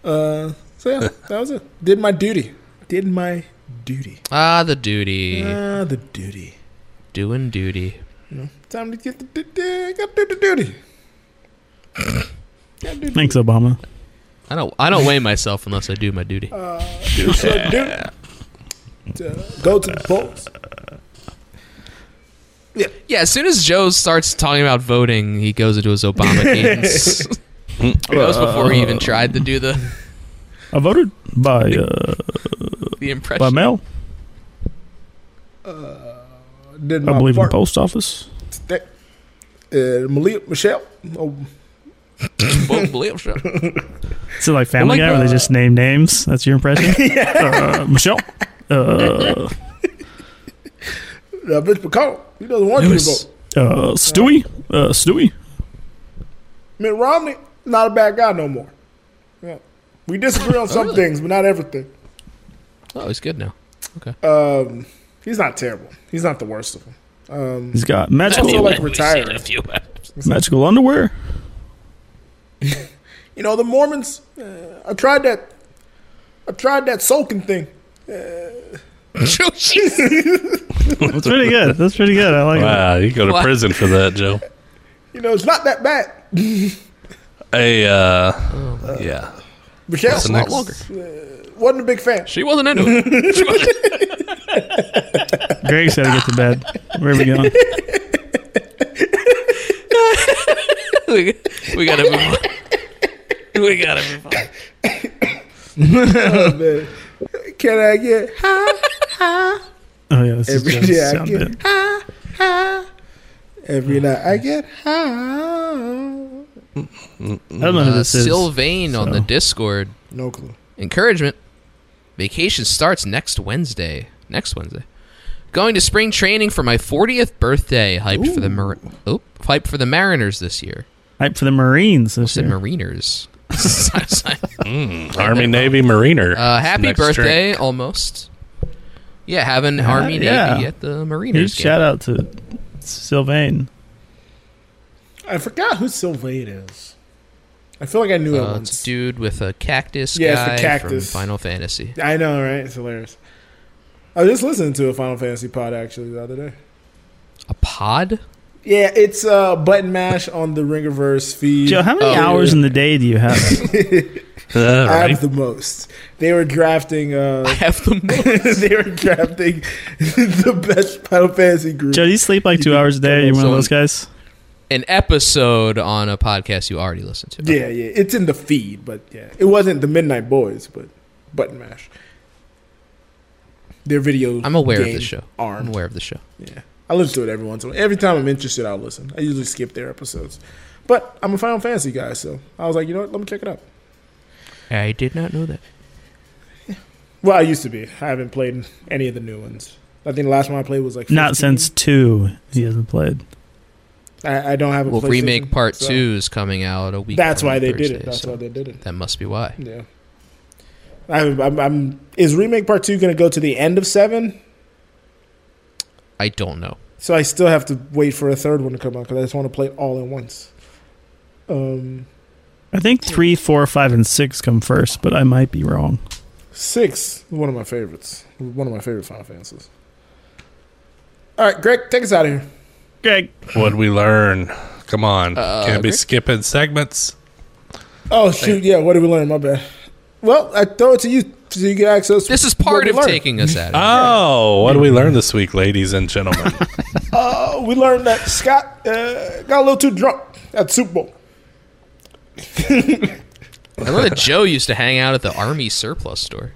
Uh, so *laughs* yeah, that was it. Did my duty. Did my duty. Ah, the duty. Ah, the duty. Doing duty. You know, time to get the duty. Got to do the duty. Gotta *laughs* do the Thanks, Obama. I don't. I don't weigh myself unless I do my duty. duty. So do- uh, Go to the polls. Yeah, as soon as Joe starts talking about voting, he goes into his *laughs* Obama cadence. that was before he Uh, even tried to do the, I voted by uh, the impression. by mail. Did I my believe in the part post office. today. Uh, Malia, Michelle. Oh, Boom, believe so. Is it like Family Well, Guy like, where they just name names? That's *laughs* your impression? uh, Michelle. Uh, that bitch McConnell. uh, He doesn't want you to Lewis. vote. uh, Stewie. Uh, Stewie. Mitt Romney, not a bad guy no more. Yeah. We disagree on some things, but not everything. Oh, he's good now. Um, he's not terrible. He's not the worst of them. Um, He's got he's magical also like retired. magical underwear. You know the Mormons. Uh, I tried that. I tried that soaking thing. *laughs* Joe, jeez. That's pretty good. That's pretty good. I like it. Wow, you go to What? prison for that, *laughs* Joe. You know it's not that bad. Hey, uh, yeah. Michelle What's the Oh. a lot next- longer. wasn't a big fan. She wasn't into it. Greg's got to get to bed. Where are we going? we, we gotta move on. We gotta move on. Man, Can I get Oh, yeah. This is every Joe's day? I sound get bit. high, high. Every night I get high. I don't know who Uh, this is. Sylvain on the so. Discord. No clue. Encouragement. Vacation starts next Wednesday. Next Wednesday. Going to spring training for my 40th birthday. Hyped for the Mar- oh, hyped for the Mariners this year. Hype for the Marines I this said year. *laughs* Mariners. Army, Navy, Mariner. Uh, happy Next birthday, drink. almost. Yeah, having Yeah, Army yeah. Navy at the Huge Mariners shout game. out to Sylvain. I forgot who Sylvain is. I feel like I knew it Uh, it's once. a dude with a cactus Yeah, it's guy the cactus. from Final Fantasy. I know, right? It's hilarious. I was just listening to a Final Fantasy pod actually the other day. A pod? Yeah, it's uh, button mash on the Ringerverse feed. Joe, how many Oh, hours yeah. in the day do *laughs* you have? I have the most. They were drafting. Uh, *laughs* I have the most. they were drafting *laughs* the best Final Fantasy group. Joe, do you sleep like two hours a day? Are you one of those guys? *laughs* An episode on a podcast you already listened to. Yeah, yeah. It's in the feed, but yeah, it wasn't the Midnight Boys, but button mash. Their video. I'm aware of game the show. Arm. I'm aware of the show. Yeah. I listen to it every once in a while. Every time I'm interested, I'll listen. I usually skip their episodes, but I'm a Final Fantasy guy, so I was like, you know what? Let me check it out. I did not know that. Well, I used to be. I haven't played any of the new ones. I think the last one I played was like Not 15. since two. He hasn't played. I, I don't have a Well, PlayStation, remake part so- two is coming out a week. That's from why they did it. Thursday, That's so why Hmm. they did it. That must be why. Yeah. I'm, I'm, I'm, is remake part two going to go to the end of seven? I don't know. So I still have to wait for a third one to come out because I just want to play it all at once. Um, I think three, four, five, and six come first, but I might be wrong. six, one of my favorites, one of my favorite Final Fantasies. All right, Greg, take us out of here. Greg. What'd we learn? Come on. Uh, Can't be Rick? skipping segments. Oh shoot, yeah. What did we learn? My bad. Well, I throw it to you so you get access. This is what part we of learned. taking us out. Oh, what did we learn this week, ladies and *laughs* gentlemen? Uh, we learned that Scott uh, got a little too drunk at the Super *laughs* Bowl. I love that Joe used to hang out at the Army *laughs* surplus store.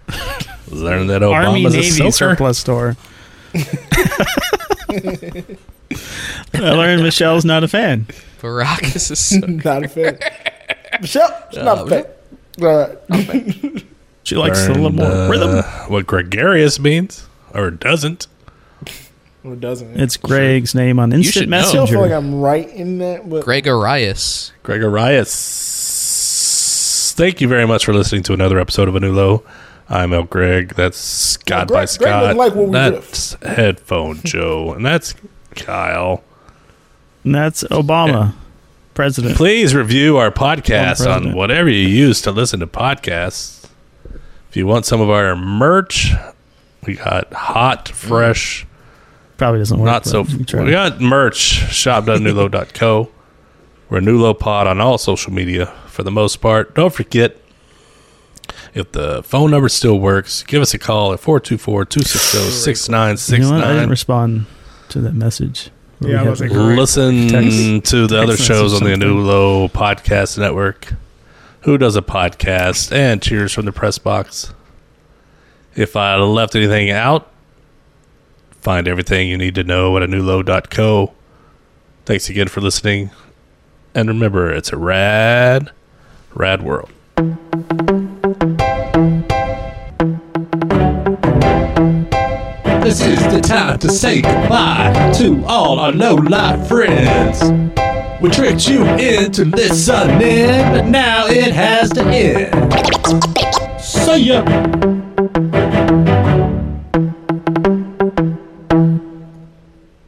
Learned that Army Obama's a Navy soaker. surplus store. *laughs* I learned Michelle's not a fan. Barack is *laughs* a soaker. not a fan. Michelle, she's Oh, not a fan. Uh, All right. She likes a little more rhythm. uh, What gregarious means or doesn't. Well, it doesn't. It's Greg's name on Instant I still feel like Messenger. I'm right in that. But Gregorius. Gregorius. Thank you very much for listening to another episode of A New Low. I'm El Greg. That's Scott by Greg- Greg Scott. doesn't like what we that's *laughs* Headphone Joe. And that's Kyle. And that's Obama, president. Please review our podcast Former on president. whatever you use to listen to podcasts. If you want some of our merch, we got Mm. hot, fresh, Probably doesn't work. not but so. you can try We it. got merch shop.nulo.co. We're Nulo Pod on all social media for the most part. Don't forget if the phone number still works, give us a call at 424 260 You know what? I didn't 6969. respond to that message. We Yeah, had- listen Text- to the other text shows on message the something. Anulo Podcast Network. Who does a podcast? And cheers from the press box. If I left anything out, find everything you need to know at anulo.co. Thanks again for listening. And remember, it's a rad, rad world. This is the time to say goodbye to all our low life friends. We tricked you into listening, but now it has to end. See ya.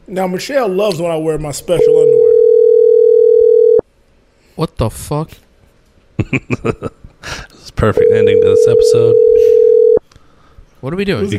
Now Michelle loves when I wear my special underwear. What the fuck? It's a perfect ending to this episode. What are we doing? You